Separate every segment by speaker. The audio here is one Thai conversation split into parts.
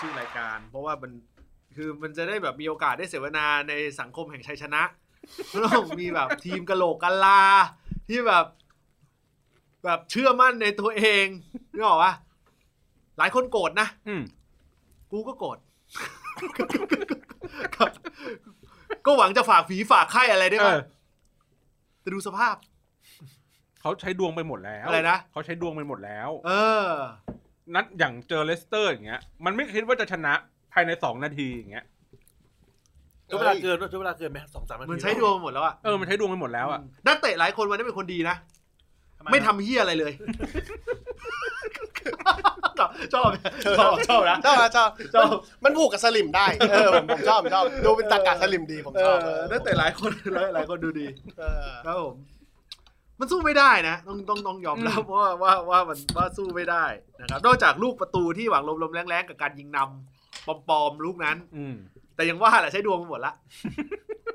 Speaker 1: ชื่อรายการ เพราะว่ามันคือมันจะได้แบบมีโอกาสได้เสวนาในสังคมแห่งชัยชนะ ต้องมีแบบทีมกะโหลกกะลา ที่แบบ แบบเชื่อมั่นในตัวเองนึกออกปะหลายคนโกรธนะ
Speaker 2: อืม
Speaker 1: กูก็โกรธ ครับก็หวังจะฝากฝีฝากไข้อะไรได้
Speaker 2: เอ
Speaker 1: บ้าง
Speaker 2: อ
Speaker 1: แต่ดูสภาพ
Speaker 2: เขาใช้ดวงไปหมดแล้ว
Speaker 1: อะไรนะ
Speaker 2: เขาใช้ดวงไปหมดแล้ว
Speaker 1: เออ
Speaker 2: นัดอย่างเจอเลสเตอร์อย่างเงี้ย มันไม่คิดว่าจะชนะภายในสองนาทีอย่างเงี้ย
Speaker 3: ช่วงเวลาเกินด้วยช่วงเวลาเกินไหมสองสามนาที
Speaker 1: มันใช้ดวงหมดแล้วอะ
Speaker 2: เออ มันใช้ดวงไปหมดแล้วอะ
Speaker 1: นักเตะหลายคนวันนี้เป็นคนดีนะ ไม่ทำเฮี้ยอะไรเลย ชอบชอบ ชอบชอบนะ
Speaker 4: ชอบนะชอบ
Speaker 1: ชอบ
Speaker 4: มันมันผูกกับสลิมได้เออผมผมชอบผมชอบดูเป็นตากาสลิมดีผม
Speaker 1: เอ
Speaker 4: ชอบ
Speaker 1: อนักเตะหลายคน หลายหลายคนดูดี
Speaker 4: เออ
Speaker 1: ครับผม มันสู้ไม่ได้นะ ต้องต้องต้องยอมรับว่าว่าว่ามันว่าสู้ไม่ได้นะครับ นอกจากลูกประตูที่หวังลมๆแรงๆกับการยิงนำปลอมๆลูกนั้น
Speaker 2: อืม
Speaker 1: แต่ยังว่าแหละใช้ดวงไปหมดละ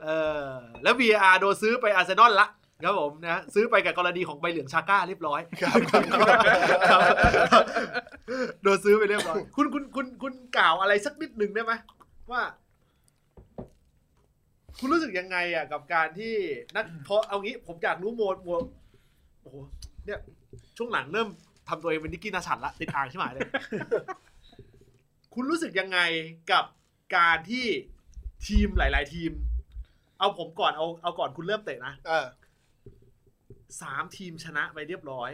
Speaker 1: เออ แล้ว VR โดนซื้อไปอาร์เซนอลละครับผมนะ ซื้อไปกับกรณีของใบเหลืองชาก้าเรียบร้อย
Speaker 4: ครับ
Speaker 1: โดนซื้อไปเรียบร้อย คุณคุณคุณคุณกล่าวอะไรสักนิดหนึ่งได้ไหมว่า คุณรู้สึกยังไงอ่ะ กับการที่นักเพราะเอางี้ผมอยากรู้โมดโมดโอ้โหเนี่ย ช่วงหลังเริ่มทำตัวเองเป็นนิกกี้นาชันละติดอ่างใช่ไหมเลย คุณรู้สึกยังไงกับการที่ทีมหลาย ๆ ทีม เอาผมก่อนเอาเอาก่อนคุณเริ่มเตะนะ
Speaker 4: เออ
Speaker 1: สามทีมชนะไปเรียบร้อย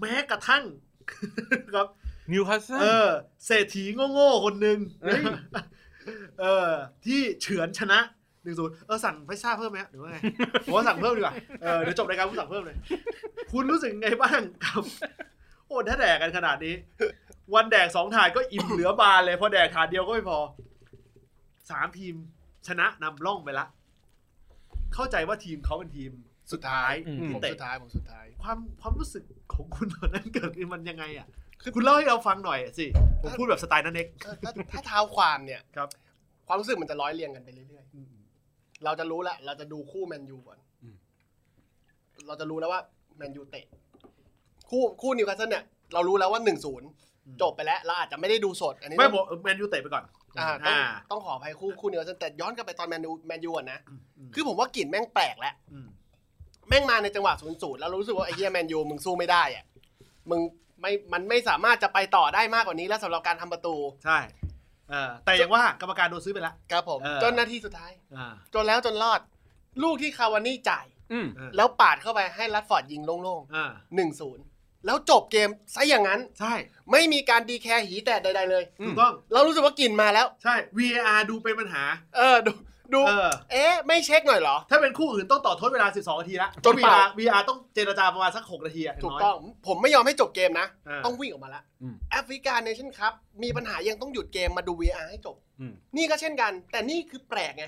Speaker 1: แม้กระทั่ง ครับ
Speaker 2: นิวคาสเซิ
Speaker 1: เอ
Speaker 2: ล
Speaker 1: อ เศรษฐีโง่ๆคนหนึ่ง
Speaker 2: เฮ้ย
Speaker 1: เออ ที่เฉือนชนะหนึ่งศูนย์เออสั่งพิซซ่าเพิ่มไหมฮะหรือว่าไง ผมว่าสั่งเพิ่มดีกว่าเออเดี๋ยวจบรายการผมสั่งเพิ่มเลย คุณรู้สึกไงบ้างครับ โอ้ถ้าแดกกันขนาดนี้ วันแดกสองถาดก็อิ่มเหลือบานเลยเพอแดกถาดเดียวก็ไม่พอสามทีมชนะนำร่องไปละ เข้าใจว่าทีมเขาเป็นทีมสุดท้าย
Speaker 2: อืม
Speaker 4: ผมสุดท้ายผมสุดท้าย
Speaker 1: ความความรู้สึกของคุณตอนนั้นเกิดขึ้นมันยังไงอ่ะ คุณเล่าให้เราฟังหน่อยสิ ผมพูดแบบสไตล์นั่นเอง
Speaker 4: ถ้าถ้าถ้าเท้าความเนี่ย
Speaker 1: ครับ
Speaker 4: ความรู้สึกมันจะร้อยเรียงกันไปเรื่อยๆ เราจะรู้ละเราจะดูคู่แมนยูก่อน
Speaker 2: อืม
Speaker 4: เราจะรู้แล้วว่าแมนยูเตะ คู่คู่นิวคาสเซิลเนี่ย เรารู้แล้วว่าหนึ่งศูนย์จบไปแล้ว เราอาจจะไม่ได้ดูสด อันนี้
Speaker 1: ไม่
Speaker 4: ต้อง
Speaker 1: บอกแมนยูเตะไปก่อน
Speaker 4: อ่า
Speaker 1: อ่า
Speaker 4: ต้องขออภัยคู่คู่นิวคาสเซิลแต่ย้อนกลับไปตอนแมนยูแมนยูก่อนนะ
Speaker 1: คื
Speaker 4: คือ อผมว่ากลิ่นแม่งแปลกแล้ว
Speaker 1: ม
Speaker 4: แม่งมาในจังหวะศูนย์ศูนย์แล้วรู้สึกว่าไอ้เฮียแมนยูมึงสู้ไม่ได้อะมึงไม่ มันไม่สามารถจะไปต่อได้มากกว่านี้แล้วสำหรับการทำประตู
Speaker 1: ใช่เออแต่อย่างว่ากรรมการโดนซื้อไปละ
Speaker 4: ครับผม
Speaker 1: เออ
Speaker 4: จนนาทีสุดท้าย
Speaker 1: อ่า
Speaker 4: จนแล้วจนรอด ลูกที่คาวานี่จ่าย
Speaker 2: อืม
Speaker 1: เออ
Speaker 4: แล้วปาดเข้าไปให้รัดฟอร์ดยิงโล่ง
Speaker 1: อ่า
Speaker 4: ๆหนึ่งศูนย์แล้วจบเกมซะอย่างนั้น
Speaker 1: ใช่
Speaker 4: ไม่มีการดีแคร์หีแตะใดๆเลย
Speaker 2: อื
Speaker 1: ถู
Speaker 2: ม
Speaker 1: กต้อง
Speaker 4: เรารู้สึกว่ากลิ่นมาแล้ว
Speaker 1: ใช่ VAR ดูเป็นปัญหา
Speaker 4: เออ ดูดู
Speaker 1: เออ
Speaker 4: เอ๊ะ ไม่เช็คหน่อยเหรอ
Speaker 1: ถ้าเป็นคู่อื่นต้องต่อโทษเวลา 12 นาทีละ
Speaker 4: จนเปล่า
Speaker 1: VR VR ต้องเจรจาประมาณสัก 6 นาทีอะ
Speaker 4: ถูก
Speaker 1: น้ย
Speaker 4: ต้อง ผมไม่ยอมให้จบเกมนะ
Speaker 1: เออ
Speaker 4: ต้องวิ่งออกมาละ
Speaker 2: อืม
Speaker 4: แอฟริกาเนชั่นครับ มีปัญหายังต้องหยุดเกมมาดู VR ให้จบ
Speaker 2: อืม
Speaker 4: นี่ก็เช่นกัน แต่นี่คือแปลกไง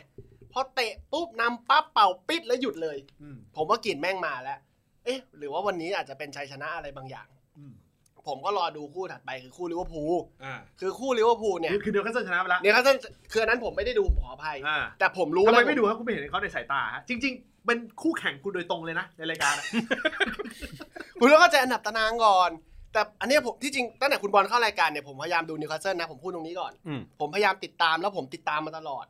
Speaker 4: พอเตะปุ๊บนำปั๊บเป่าปิดแล้วหยุดเลย
Speaker 1: อืม
Speaker 4: ผมว่ากลิ่นแม่งมาแล้ว เอ๊ะ หรือว่าวันนี้อาจจะเป็นชัยชนะอะไรบางอย่าง
Speaker 1: อืม
Speaker 4: ผมก็รอดูคู่ถัดไปคือคู่ลิเวอร์พูล
Speaker 1: อ่า
Speaker 4: คือคู่ลิเวอร์พูลเนี่ย
Speaker 1: คือเดียวแค่ชนะไปละ
Speaker 4: เนี่ยครับท่านคืออันนั้นผมไม่ได้ดูผมขออภัย
Speaker 1: อ่า
Speaker 4: แต่ผมรู้
Speaker 1: ทำ
Speaker 4: แล้
Speaker 1: ไม
Speaker 4: ว
Speaker 1: ไม่ดูครับคุณไม่เห็นเขาในสายตาฮะจริง ๆ เป็นคู่แข่งคุณโดยตรงเลยนะ ในรายการอะ
Speaker 4: คุณแล้วก็จะอันดับตารางก่อน แต่อันเนี้ยผมที่จริงตั้งแต่คุณบอลเข้ารายการเนี่ยผมพยายามดูนิวคาสเซิลนะผมพูดตรงนี้ก่อน
Speaker 2: อืม
Speaker 4: ผมพยายามติดตามแล้วผมติดตามมาตลอด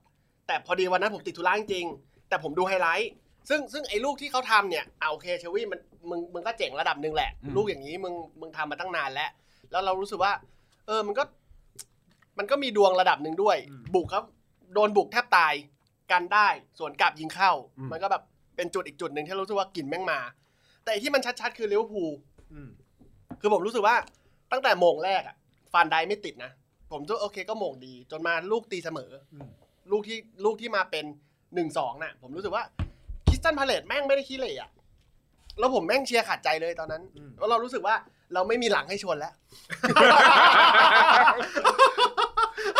Speaker 4: แต่พอดีวันนั้นผมติดธุระจริงๆแต่ผมดูไฮไลท์ซึ่งซึ่งไอ้ลูกที่เขาทำเนี่ยเอาโอเคเชลวี่มันมึงมึงก็เจ๋งระดับหนึ่งแหละ
Speaker 2: อืม
Speaker 4: ลูกอย่างนี้มึงมึงทำมาตั้งนานแล้ว แล้วเรารู้สึกว่า เออมันก็ มันก็มีดวงระดับหนึ่งด้วย
Speaker 1: อืม
Speaker 4: บุกครับ โดนบุกแทบตายกันได้ส่วนกลับยิงเข้า
Speaker 2: อืม
Speaker 4: มันก็แบบเป็นจุดอีกจุดหนึ่งที่รู้สึกว่ากลิ่นแม่งมา แต่ไอ้ที่มันชัดๆ คือลิเวอร์พูล
Speaker 1: อืม
Speaker 4: คือผมรู้สึกว่าตั้งแต่โมงแรกอะฟานไดไม่ติดนะ ผมก็โอเคก็โมงดี จนมาลูกตีเสมอ
Speaker 1: อืม
Speaker 4: ลูกที่ลูกที่มาเป็นหนึ่งสองน่ะ ผมรู้สึกว่าคริสตันพาเลตแม่งไม่ได้ขี้เหร่อะแล้วผมแม่งเชียร์ขาดใจเลยตอนนั้น
Speaker 1: อืม
Speaker 4: แล้วเรารู้สึกว่าเราไม่มีหลังให้ชนแล้ว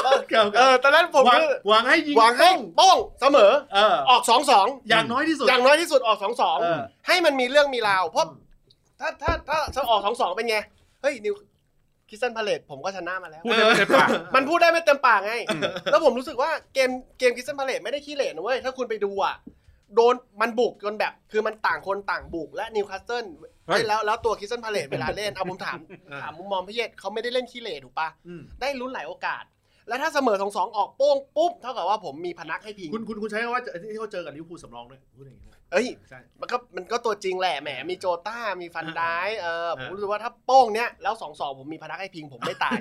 Speaker 4: เออตอนนั้นผม
Speaker 1: หวัง
Speaker 4: คือ
Speaker 1: หวังให้ยิง
Speaker 4: หวังให้
Speaker 1: ป้อ
Speaker 4: ป้องเสมอ
Speaker 1: เออ
Speaker 4: ออกสองสอง
Speaker 1: อย่างน้อยที่สุด
Speaker 4: อย่างน้อยที่สุดออกสองสอง
Speaker 1: เออ
Speaker 4: ให้มันมีเรื่องมีราวเพราะ ถ้าถ้าถ้าถ้าออกสองสองเป็นไง เฮ้ยนิวคริสตันพาเลตผมก็ชนะมาแล้ว
Speaker 2: พูดได้ไม่เต็มปาก
Speaker 4: มันพูดได้ไม่เต็มปากไง แล้วผมรู้สึกว่าเกมเกมคริสตันพาเลตไม่ได้ขี้เหร่นะเว้ย ถ้าคุณไปดูอ่ะ โดนมันบุกจนแบบ คือมันต่างคนต่างบุกและนิวคาสเซิล
Speaker 2: เฮ้ย
Speaker 4: แล้วแล้วตัวคริสตันพาเลตเวลาเล่น เอาผมถาม
Speaker 1: เออ
Speaker 4: ถามมุมมองพี่เยศเขาไม่ได้เล่นขี้เหร่ถูกปะ
Speaker 1: อืม
Speaker 4: ได้ลุ้นหลายโอกาส และถ้าเสมอสองสองออกโป้งปุ๊บเท่ากับว่าผมมีพนักให้พิง
Speaker 1: คุณคุณคุณใช้คำว่าที่เขาเจอกับลิเวอร์พูลสำรองด้วยพูดอย่างนี้
Speaker 4: เอ้ย
Speaker 1: ใช่
Speaker 4: มันก็มันก็ตัวจริงแหละแหมมีโจต้ามีฟันได้เออผม
Speaker 1: อ่ารู้
Speaker 4: รู้สึกว่าถ้าโป้งเนี้ยแล้วสองสองผมมีพนักให้พิงผมไม่ ตาย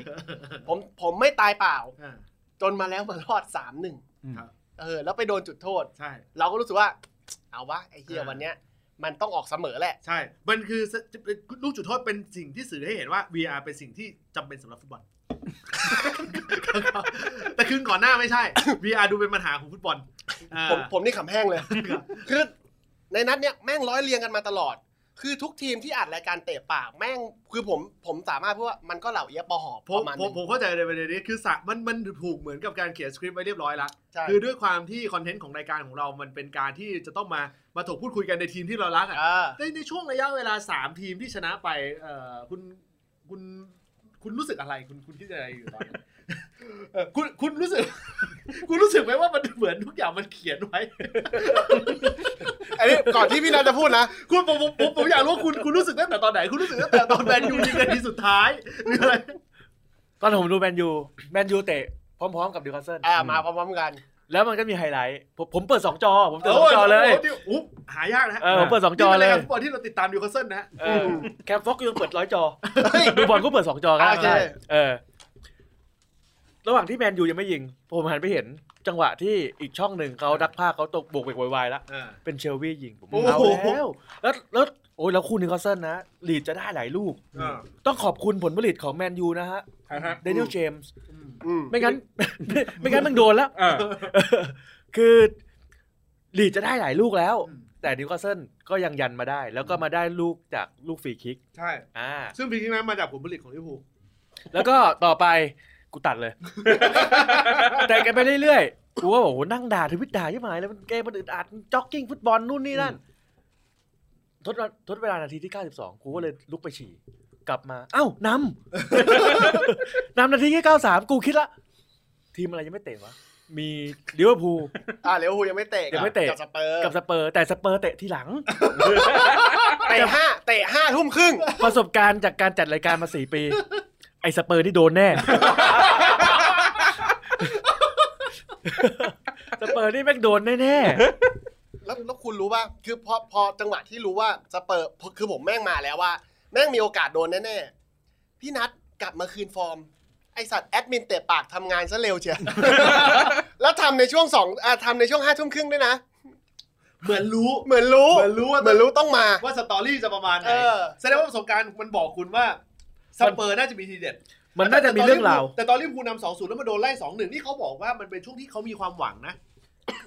Speaker 4: ผมผมไม่ตายเปล่า
Speaker 1: อ่า
Speaker 4: จนมาแล้วมารอดสามหนึ่ง
Speaker 1: ครับ
Speaker 4: เออ แล้วไปโดนจุดโทษ
Speaker 1: ใช่
Speaker 4: เราก็รู้สึกว่า เอาวะไอ้เฮีย
Speaker 1: อ่า
Speaker 4: วันเนี้ย มันต้องออกเสมอแหละ
Speaker 1: ใช่ มันคือลูกจุดโทษเป็นสิ่งที่สื่อให้เห็นว่า VR เป็นสิ่งที่จำเป็นสำหรับฟุตบอล แต่คืนก่อนหน้าไม่ใช่ VR ดูเป็นปัญหาของฟุตบอลอ่า
Speaker 4: ผมผมนี่ขำแห้ งเลย
Speaker 1: ครับ
Speaker 4: คือในนัดเนี้ยแม่งร้อยเรียงกันมาตลอด คือทุกทีมที่อัดรายการเตะปากแม่งคือผมผมสามารถพูดว่ามันก็เหล่าเอียะปอหอบ
Speaker 1: ผม
Speaker 4: ประมาณ
Speaker 1: ผม
Speaker 4: นึง
Speaker 1: ผมเข้าใจในประเด็นนี้คือสะมันมันถูกเหมือนกับการเขียนสคริปต์ไว้เรียบร้อยละ
Speaker 4: ใช่
Speaker 1: คือด้วยความที่คอนเทนต์ของรายการของเรา มันเป็นการที่จะต้องมามาถกพูดคุยกันในทีมที่เรารักอะ
Speaker 4: เออ
Speaker 1: ในในช่วงระยะเวลา 3 ทีมที่ชนะไปเอ่อคุณคุณคุณรู้สึกอะไรคุณคุณคิดอะไรอยู่ตอนนั้น เออคุณคุณรู้สึก คุณรู้สึกไหมว่ามันเหมือนทุกอย่างมันเขียนไว้
Speaker 4: อันนี้ก่อนที่พี่นัทจะพูดนะ
Speaker 1: คุณผมผมผมผมอยากรู้ว่าคุณคุณรู้สึกตั้งแต่ตอนไหน คุณรู้สึกตั้งแต่ตอนแมนยูยิงกันทีสุดท้ายหรืออะไร
Speaker 5: ตอนผมดูแมนยูแมนยูเตะพร้อมๆกับดิวคาสเซิล
Speaker 4: อ่ามาพร้อมๆกัน
Speaker 5: แล้วมันก็มีไฮไลท์ผมผมเปิดสองจอ ผมเปิดสองจอเลย
Speaker 1: โโหนี่อุ๊บหายากนะฮะ
Speaker 5: เออผมเปิดสองจอเลย
Speaker 1: นี่ป็นรายการฟุตบอลที่เราติดตามดิวคาสเซิลนะฮะ
Speaker 5: เออแคมฟ็อกยังเปิดร้อยจอ
Speaker 4: เฮ้ย
Speaker 5: ดูบอลก็เปิดสองจอก็
Speaker 4: โอเค
Speaker 5: ได้เออ ระหว่างที่แมนยูยังไม่ยิง ผมหันไปเห็นจังหวะที่อีกช่องหนึ่งเขาดักผ้าเขาตกโบกเบกโวยวายแล้ว เป็นเชลวี่ยิงผม
Speaker 1: โอ้โห
Speaker 5: เอาแล้วแล้วแล้วโอ้ยแล้วคู่นิวคาสเซิลนะลีดจะได้หลายลูก
Speaker 1: อ่า
Speaker 5: ต้องขอบคุณผลผลิตของแมนยูนะฮะเดนิเอลเจมส์
Speaker 1: อืม
Speaker 4: อืม
Speaker 5: ไม่งั้น ไม่งั้นมึงโดนแล้ว
Speaker 2: เออ
Speaker 5: เออคือลีดจะได้หลายลูกแล้ว
Speaker 1: อืม
Speaker 5: แต่นิวคาสเซิลก็ยังยันมาได้ แล้วก็มาได้ลูกจากลูกฟรีคิก
Speaker 1: ใช่
Speaker 5: อ่า
Speaker 1: ซึ่งปีนี้นั้นมาจากผลผลิตของลิเวอร์พูล
Speaker 5: แล้วก็ต่อไปกูตัดเลย แต่กันไปเรื่อยๆกูว่าบอกโหนั่งด่าทวิตด่ายี่หมายแล้วมันเกมมันอึดอัดจ็อกกิ้งฟุตบอลนู่นนี่นั่นทดเวลาทดเวลานาทีที่ 92 กูก็เลยลุกไปฉี่ กลับมา เอ้านำ นำนาทีที่ 93 กูคิดละ ทีมอะไรยังไม่เตะวะ มีลิเวอร์พูล
Speaker 4: อ่าเดี๋ยวฮูยังไม่เตะ
Speaker 5: ยังไม่เตะ
Speaker 4: กับสเปอร์
Speaker 5: กับสเปอร์ แต่สเปอร์เตะทีหลัง
Speaker 4: เตะห้าเตะห้าทุ่มครึ่ง
Speaker 5: ประสบการณ์จากการจัดรายการมาสี่ปี ไอ้สเปอร์ที่โดนแน่ สเปอร์นี่แม่งโดนแน่
Speaker 4: แล้วแล้วคุณรู้ป่ะคือพอพอจังหวะที่รู้ว่าสเปอร์คือผมแม่งมาแล้วว่า แม่งมีโอกาสโดนแน่ๆ พี่นัทกลับมาคืนฟอร์ม ไอสัตว์แอดมินเตะปากทำงานซะเร็ว เชียว แล้วทำในช่วงสองอ่าทำในช่วงห้าทุ่มครึ่งด้วยนะ
Speaker 1: เหมือนรู้
Speaker 4: เหมือนรู้
Speaker 1: เหมือนรู้ว่า
Speaker 4: เหมือนรู้ต้องมา
Speaker 1: ว่าสตอรี่จะประมาณไหน
Speaker 4: เออ
Speaker 1: แสดงว่าประสบการณ์มันบอกคุณว่าสเปอร์น่าจะมีทีเด็ด
Speaker 5: ๆ มันน่าจะมีเรื่องราว
Speaker 1: แต่ตอนลิเวอร์พูลนำสองศูนย์แล้วมาโดนไล่สองหนึ่งนี่เขาบอกว่ามันเป็นช่วงที่เขามีความหวัง นะ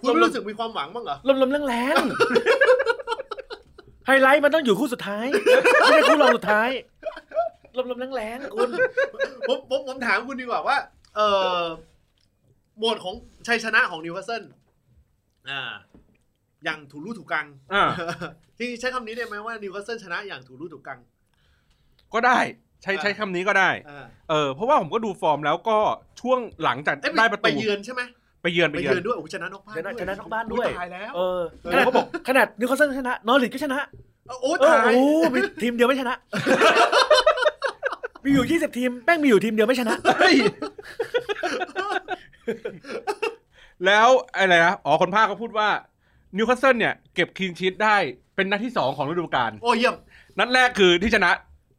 Speaker 1: คุณไม่รู้สึกมีความหวังบ้างเหรอ
Speaker 5: ลมๆแรงๆไฮไลท์มันต้องอยู่คู่สุดท้าย ไม่ใช่คู่รองสุดท้าย ลมๆแรงๆคุณ
Speaker 1: ผมผมผมถามคุณดีกว่าว่า เออโหมดของชัยชนะของนิวคาสเซิลอ่า อย่างถูรูถูกกัง
Speaker 2: อ่า
Speaker 1: ที่ใช้คำนี้ได้ไหมว่านิวคาสเซิลชนะอย่างถูรูถูกกัง
Speaker 2: ก็ได้ ใช้ใช้คำนี้ก็ได้
Speaker 1: อ่า
Speaker 2: เออ เพราะว่าผมก็ดูฟอร์มแล้วก็ช่วงหลังจาก
Speaker 1: เอ้ย
Speaker 2: ได้
Speaker 1: ไป
Speaker 2: ประ
Speaker 1: ไป
Speaker 2: ตู
Speaker 1: เยือนใช่ไหม
Speaker 2: ไปเยือน
Speaker 1: ไป
Speaker 2: ไปเยื
Speaker 1: เยื
Speaker 2: อ
Speaker 1: อน
Speaker 2: น
Speaker 1: ด้วยโอ้โหชนะนอกบ้าน
Speaker 5: ชนะ
Speaker 1: ด้วย
Speaker 5: ชนะนอกบ้านด้วย
Speaker 1: ตายแล้ว
Speaker 5: เออ
Speaker 2: เออ
Speaker 5: ขนาด
Speaker 2: เขาบอก
Speaker 5: ขนาดนิวคาสเซิลชนะ นอริทก็ชนะ
Speaker 1: โอ้
Speaker 5: เออ
Speaker 1: ตาย
Speaker 5: โอ้มีทีมเดียวไม่ชนะ มีอยู่ 20 ทีมแม่งมีอยู่ทีมเดียวไม่ชนะ
Speaker 1: เฮ้ย
Speaker 2: แล้วอะไรนะ อ๋อ คนภาคก็พูดว่านิวคาสเซิลเนี่ยเก็บคลีนชีตได้เป็นนัดที่สองของฤดูกาล
Speaker 1: โอ้เยี่ยม
Speaker 2: นัดแรกคือที่ชนะ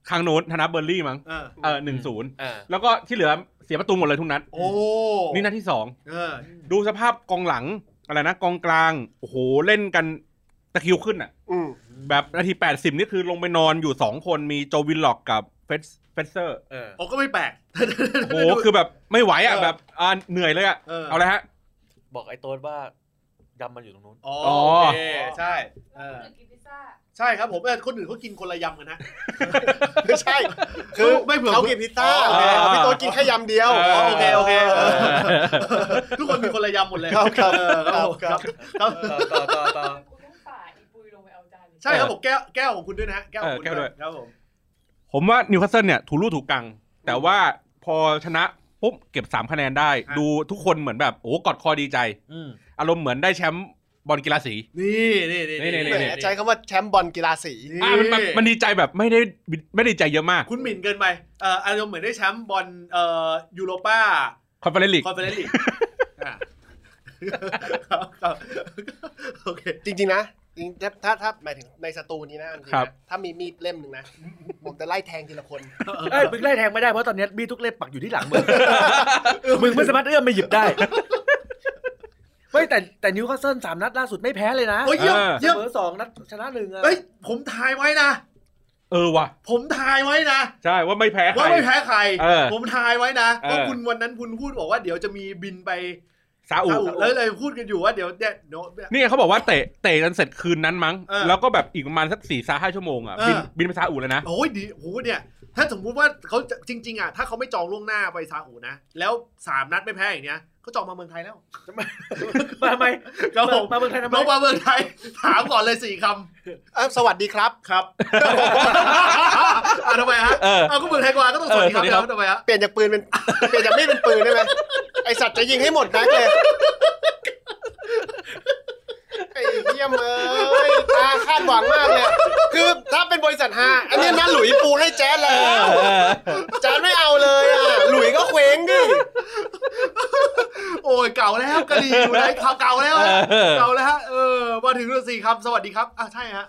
Speaker 2: ครั้งโน้นชนะเบอร์ลี่มั้ง
Speaker 1: เออ
Speaker 2: เออหนึ่งศูนย์
Speaker 5: อ่า
Speaker 2: แล้วก็ที่เหลือเสียประตูหมดเลยทุกนัด
Speaker 1: โอ้
Speaker 2: นี่นัดที่สอง
Speaker 1: เออ
Speaker 2: ดูสภาพกองหลังอะไรนะกองกลาง โอ้โห เล่นกันตะคริวขึ้นอ่ะ
Speaker 4: อืม
Speaker 2: แบบนาที 80 นี่คือลงไปนอนอยู่ 2 คนมีโจวินล็อกกับเฟสเฟสเซอร์
Speaker 1: โอ้ก็ไม่แปลก
Speaker 2: โอ้โห คือแบบไม่ไหวอ่ะ
Speaker 1: เออ
Speaker 2: แบบอ่าเหนื่อยเลยอ่ะ
Speaker 1: เออ
Speaker 2: เอาเลยฮะ
Speaker 5: บอกไอ้โต้นว่าดำมันอยู่ตรงนู้น
Speaker 1: อ๋อ
Speaker 2: อ๋อ
Speaker 1: โอเคใช่เออ
Speaker 6: กินพิซซ่า
Speaker 1: ใช่ครับผมเออคนอื่นเขากินคนละยำกันนะ
Speaker 4: ไม่ใช่ คือ
Speaker 1: ไม่เผื่อ
Speaker 4: เขากินพิซซ่า
Speaker 2: อ๋อโอเค
Speaker 4: พี่โตัวกินแค่ยำเดียว
Speaker 1: อ๋อโอเคโอเคเออ
Speaker 2: เออ
Speaker 1: ทุกคนมีคนละยำหมดเลย
Speaker 4: ครับครับ
Speaker 1: เออครับผม
Speaker 4: ค
Speaker 1: คร
Speaker 4: รั
Speaker 1: ั
Speaker 4: บบ
Speaker 5: ต่อต่อต่อ
Speaker 6: กูต้องฝ่าอีปุยลงไปเอาจาน
Speaker 1: ใช่ครับผมแก้วแก้วของคุณด้วยนะฮะแก้วของคุณ
Speaker 2: เออแก้วด้วย
Speaker 1: ครับผม
Speaker 2: ผมว่านิวคาสเซิลเนี่ยถูรูถูกกัง แต่ว่าพอชนะปุ๊บเก็บ 3 คะแนนได้ ดูทุกคนเหมือนแบบ โอ้โหกอดคอดีใจ
Speaker 5: อืม
Speaker 2: อารมณ์เหมือนได้แชมป์บอลกีฬาสี
Speaker 1: นี่นี่นี่
Speaker 2: นี่นี่
Speaker 4: แหม
Speaker 2: นี่
Speaker 4: ใช้คำว่าแชมป์บอลกีฬาสี
Speaker 1: นี่
Speaker 2: อ่ะมันแบบมันดีใจแบบไม่ได้ไม่ได้ดีใจเยอะมาก
Speaker 1: คุณหมิ่นเกินไปเอ่ออารมณ์เหมือนได้แชมป์บอลเอ่อยูโรป้า
Speaker 2: คอนเฟอเรนซ์ลีก
Speaker 1: คอนเฟอเรนซ์ลีกอ่ะครับครับโอเค
Speaker 4: จริงๆนะจริงๆถ้าถ้าถ้าหมายถึงในสตูนี้นะจริงๆ
Speaker 2: ครั
Speaker 4: นะ
Speaker 2: บ
Speaker 4: ถ้ามีมีดเล่ม หนึ่งนะ ผมจะไล่แทงทีละคน
Speaker 5: เอ้ยมึงไล่แทงไม่ได้เพราะตอนเนี้ยมีดทุกเล่มปักอยู่ที่หลังมึ ง มึงไม่สามารถเอื้อมไปหยิบได้ ไม่แต่แต่นิวคาสเซิลสามนัดล่าสุดไม่แพ้เลยนะ
Speaker 1: โอ้ยเยี่ยม
Speaker 2: เออ
Speaker 5: เส
Speaker 1: เยี่ยม
Speaker 5: มอสองนัดชนะหนึ่งอะ
Speaker 1: เฮ้ยผมทายไว้นะ
Speaker 2: เออว่ะ
Speaker 1: ผมทายไว้นะ
Speaker 2: ใช่ว่าไม่แพ้ใคร
Speaker 1: ว่าไม่แพ้ใคร
Speaker 2: เออ
Speaker 1: ผมทายไว้นะ
Speaker 2: เออ
Speaker 1: ว่าคุณวันนั้นคุณพูดบอกว่าเดี๋ยวจะมีบินไป
Speaker 2: ซาอุ
Speaker 1: ซาอุแล้วเลยพูดกันอยู่ว่าเดี๋ยวเนี่ยเดี๋ยว
Speaker 2: นี่ไงเขาบอกว่าเตะเตะกันเสร็จคืนนั้นมั้ง
Speaker 1: เออ
Speaker 2: แล้วก็แบบอีกประมาณสักสี่ซาห้าชั่วโมงอ่ะ
Speaker 1: เออ
Speaker 2: บินบินไปซาอุแล้วนะ
Speaker 1: โอ้ยดีโหเนี่ย ถ้าสมมุติว่าเขาจะจริง ๆ อ่ะ ถ้าเขาไม่จองล่วงหน้าไปซาอุนะ แล้วสามนัดไม่แพ้อย่างเนี้ยเขาจองมาเมืองไทยแล้ว
Speaker 5: มาทำไม
Speaker 1: ครับผม
Speaker 5: มาเมืองไทยทำไม
Speaker 1: เรามาเมืองไทย ถามก่อนเลยสี่ค
Speaker 4: เออสวัสดีครับ
Speaker 1: ำครับอ่ะทำไมฮะ
Speaker 2: เออ
Speaker 1: เอาก็เมืองไทยกว่าก็ต้องสวัสดีครับ
Speaker 2: เออสวัสดี
Speaker 1: แล้
Speaker 2: ครับ
Speaker 1: วทำไมฮะ
Speaker 4: เปลี่ยนจากปืนเป็น เปลี่ยนจากมีดเป็นปืนได้ ไหมไอสัตว์จะยิงให้หมดนะแกไอ้เยี่ยมเอ้ยตาคาดหวังมากเลยคือถ้าเป็นบริษัทฮาอันนี้นะหลุยปูให้แจ๊ดแล้ว
Speaker 2: เออ
Speaker 4: แจ๊ดไม่เอาเลยอ่ะ หลุยก็เคว้งดิ
Speaker 1: โอ้ยเก่าแล้วกะดีอยู่ไหนข่าวเก่าแล้วฮะ
Speaker 2: เออ
Speaker 1: เก่าแล้วฮะเออมาถึงเลยสี่คำสวัสดีครับอ่ะใช่ฮะ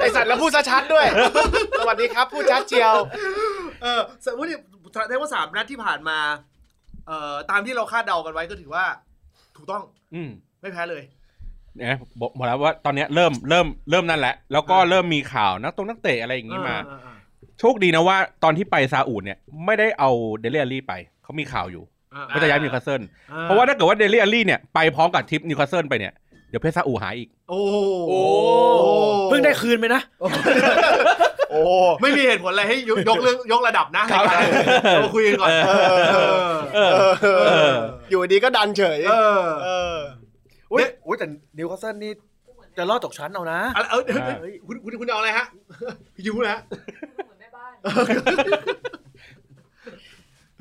Speaker 4: ไอสัตว์แล้วพูดชัดๆด้วย สวัสดีครับพูดชัดเจียว
Speaker 1: เออสมมติได้ว่าสามนัดที่ผ่านมา เอ่อตามที่เราคาดเดากันไว้ก็ถือว่า ถูกต้อง
Speaker 2: อืม
Speaker 1: ไม่แพ้เลย
Speaker 2: เนี่ยบอกบอกแล้วว่าตอนเนี้ยเริ่มเริ่มเริ่มนั่นแหละ แล้วก็
Speaker 1: เออ
Speaker 2: เริ่มมีข่าวนักตรงนักเตะอะไรอย่างนี้มา
Speaker 1: เออเออ
Speaker 2: โชคดีนะว่าตอนที่ไปซาอุเนี่ยไม่ได้เอาเดลเลียรี่ไป เขามีข่าวอยู่
Speaker 1: เออ
Speaker 2: ว่าจะย้ายนิวคาสเซิลเพราะว่าถ้าเกิดว่าเดลเลียรี่เนี่ยไปพร้อมกับทริปนิวคาสเซิลไปเนี่ยเดี๋ยวเพชรซาอุหายอีก
Speaker 1: โอ้
Speaker 5: โอ้เพิ่งได้คืนไปนะ
Speaker 4: โอ้
Speaker 1: ไม่มีเหตุผลอะไรให้ยกยกเรื่องยกระดับนะ
Speaker 2: ครับ
Speaker 1: รายการเรามาคุยกันก่อนเออเออ
Speaker 2: เออเอ
Speaker 4: เออ
Speaker 2: อ
Speaker 4: อยู่ดีก็ดันเฉย
Speaker 1: เออ
Speaker 4: เออ
Speaker 5: อุ้ยอุ้ยแต่นิวคาสเซิลนี่จะรอดตกชั้นเอานะ
Speaker 1: เอาเอาเดี๋ยวเดี๋ยวคุณคุณคุณเอาอะไรฮะยูนะ
Speaker 6: เหมือนแม่บ้าน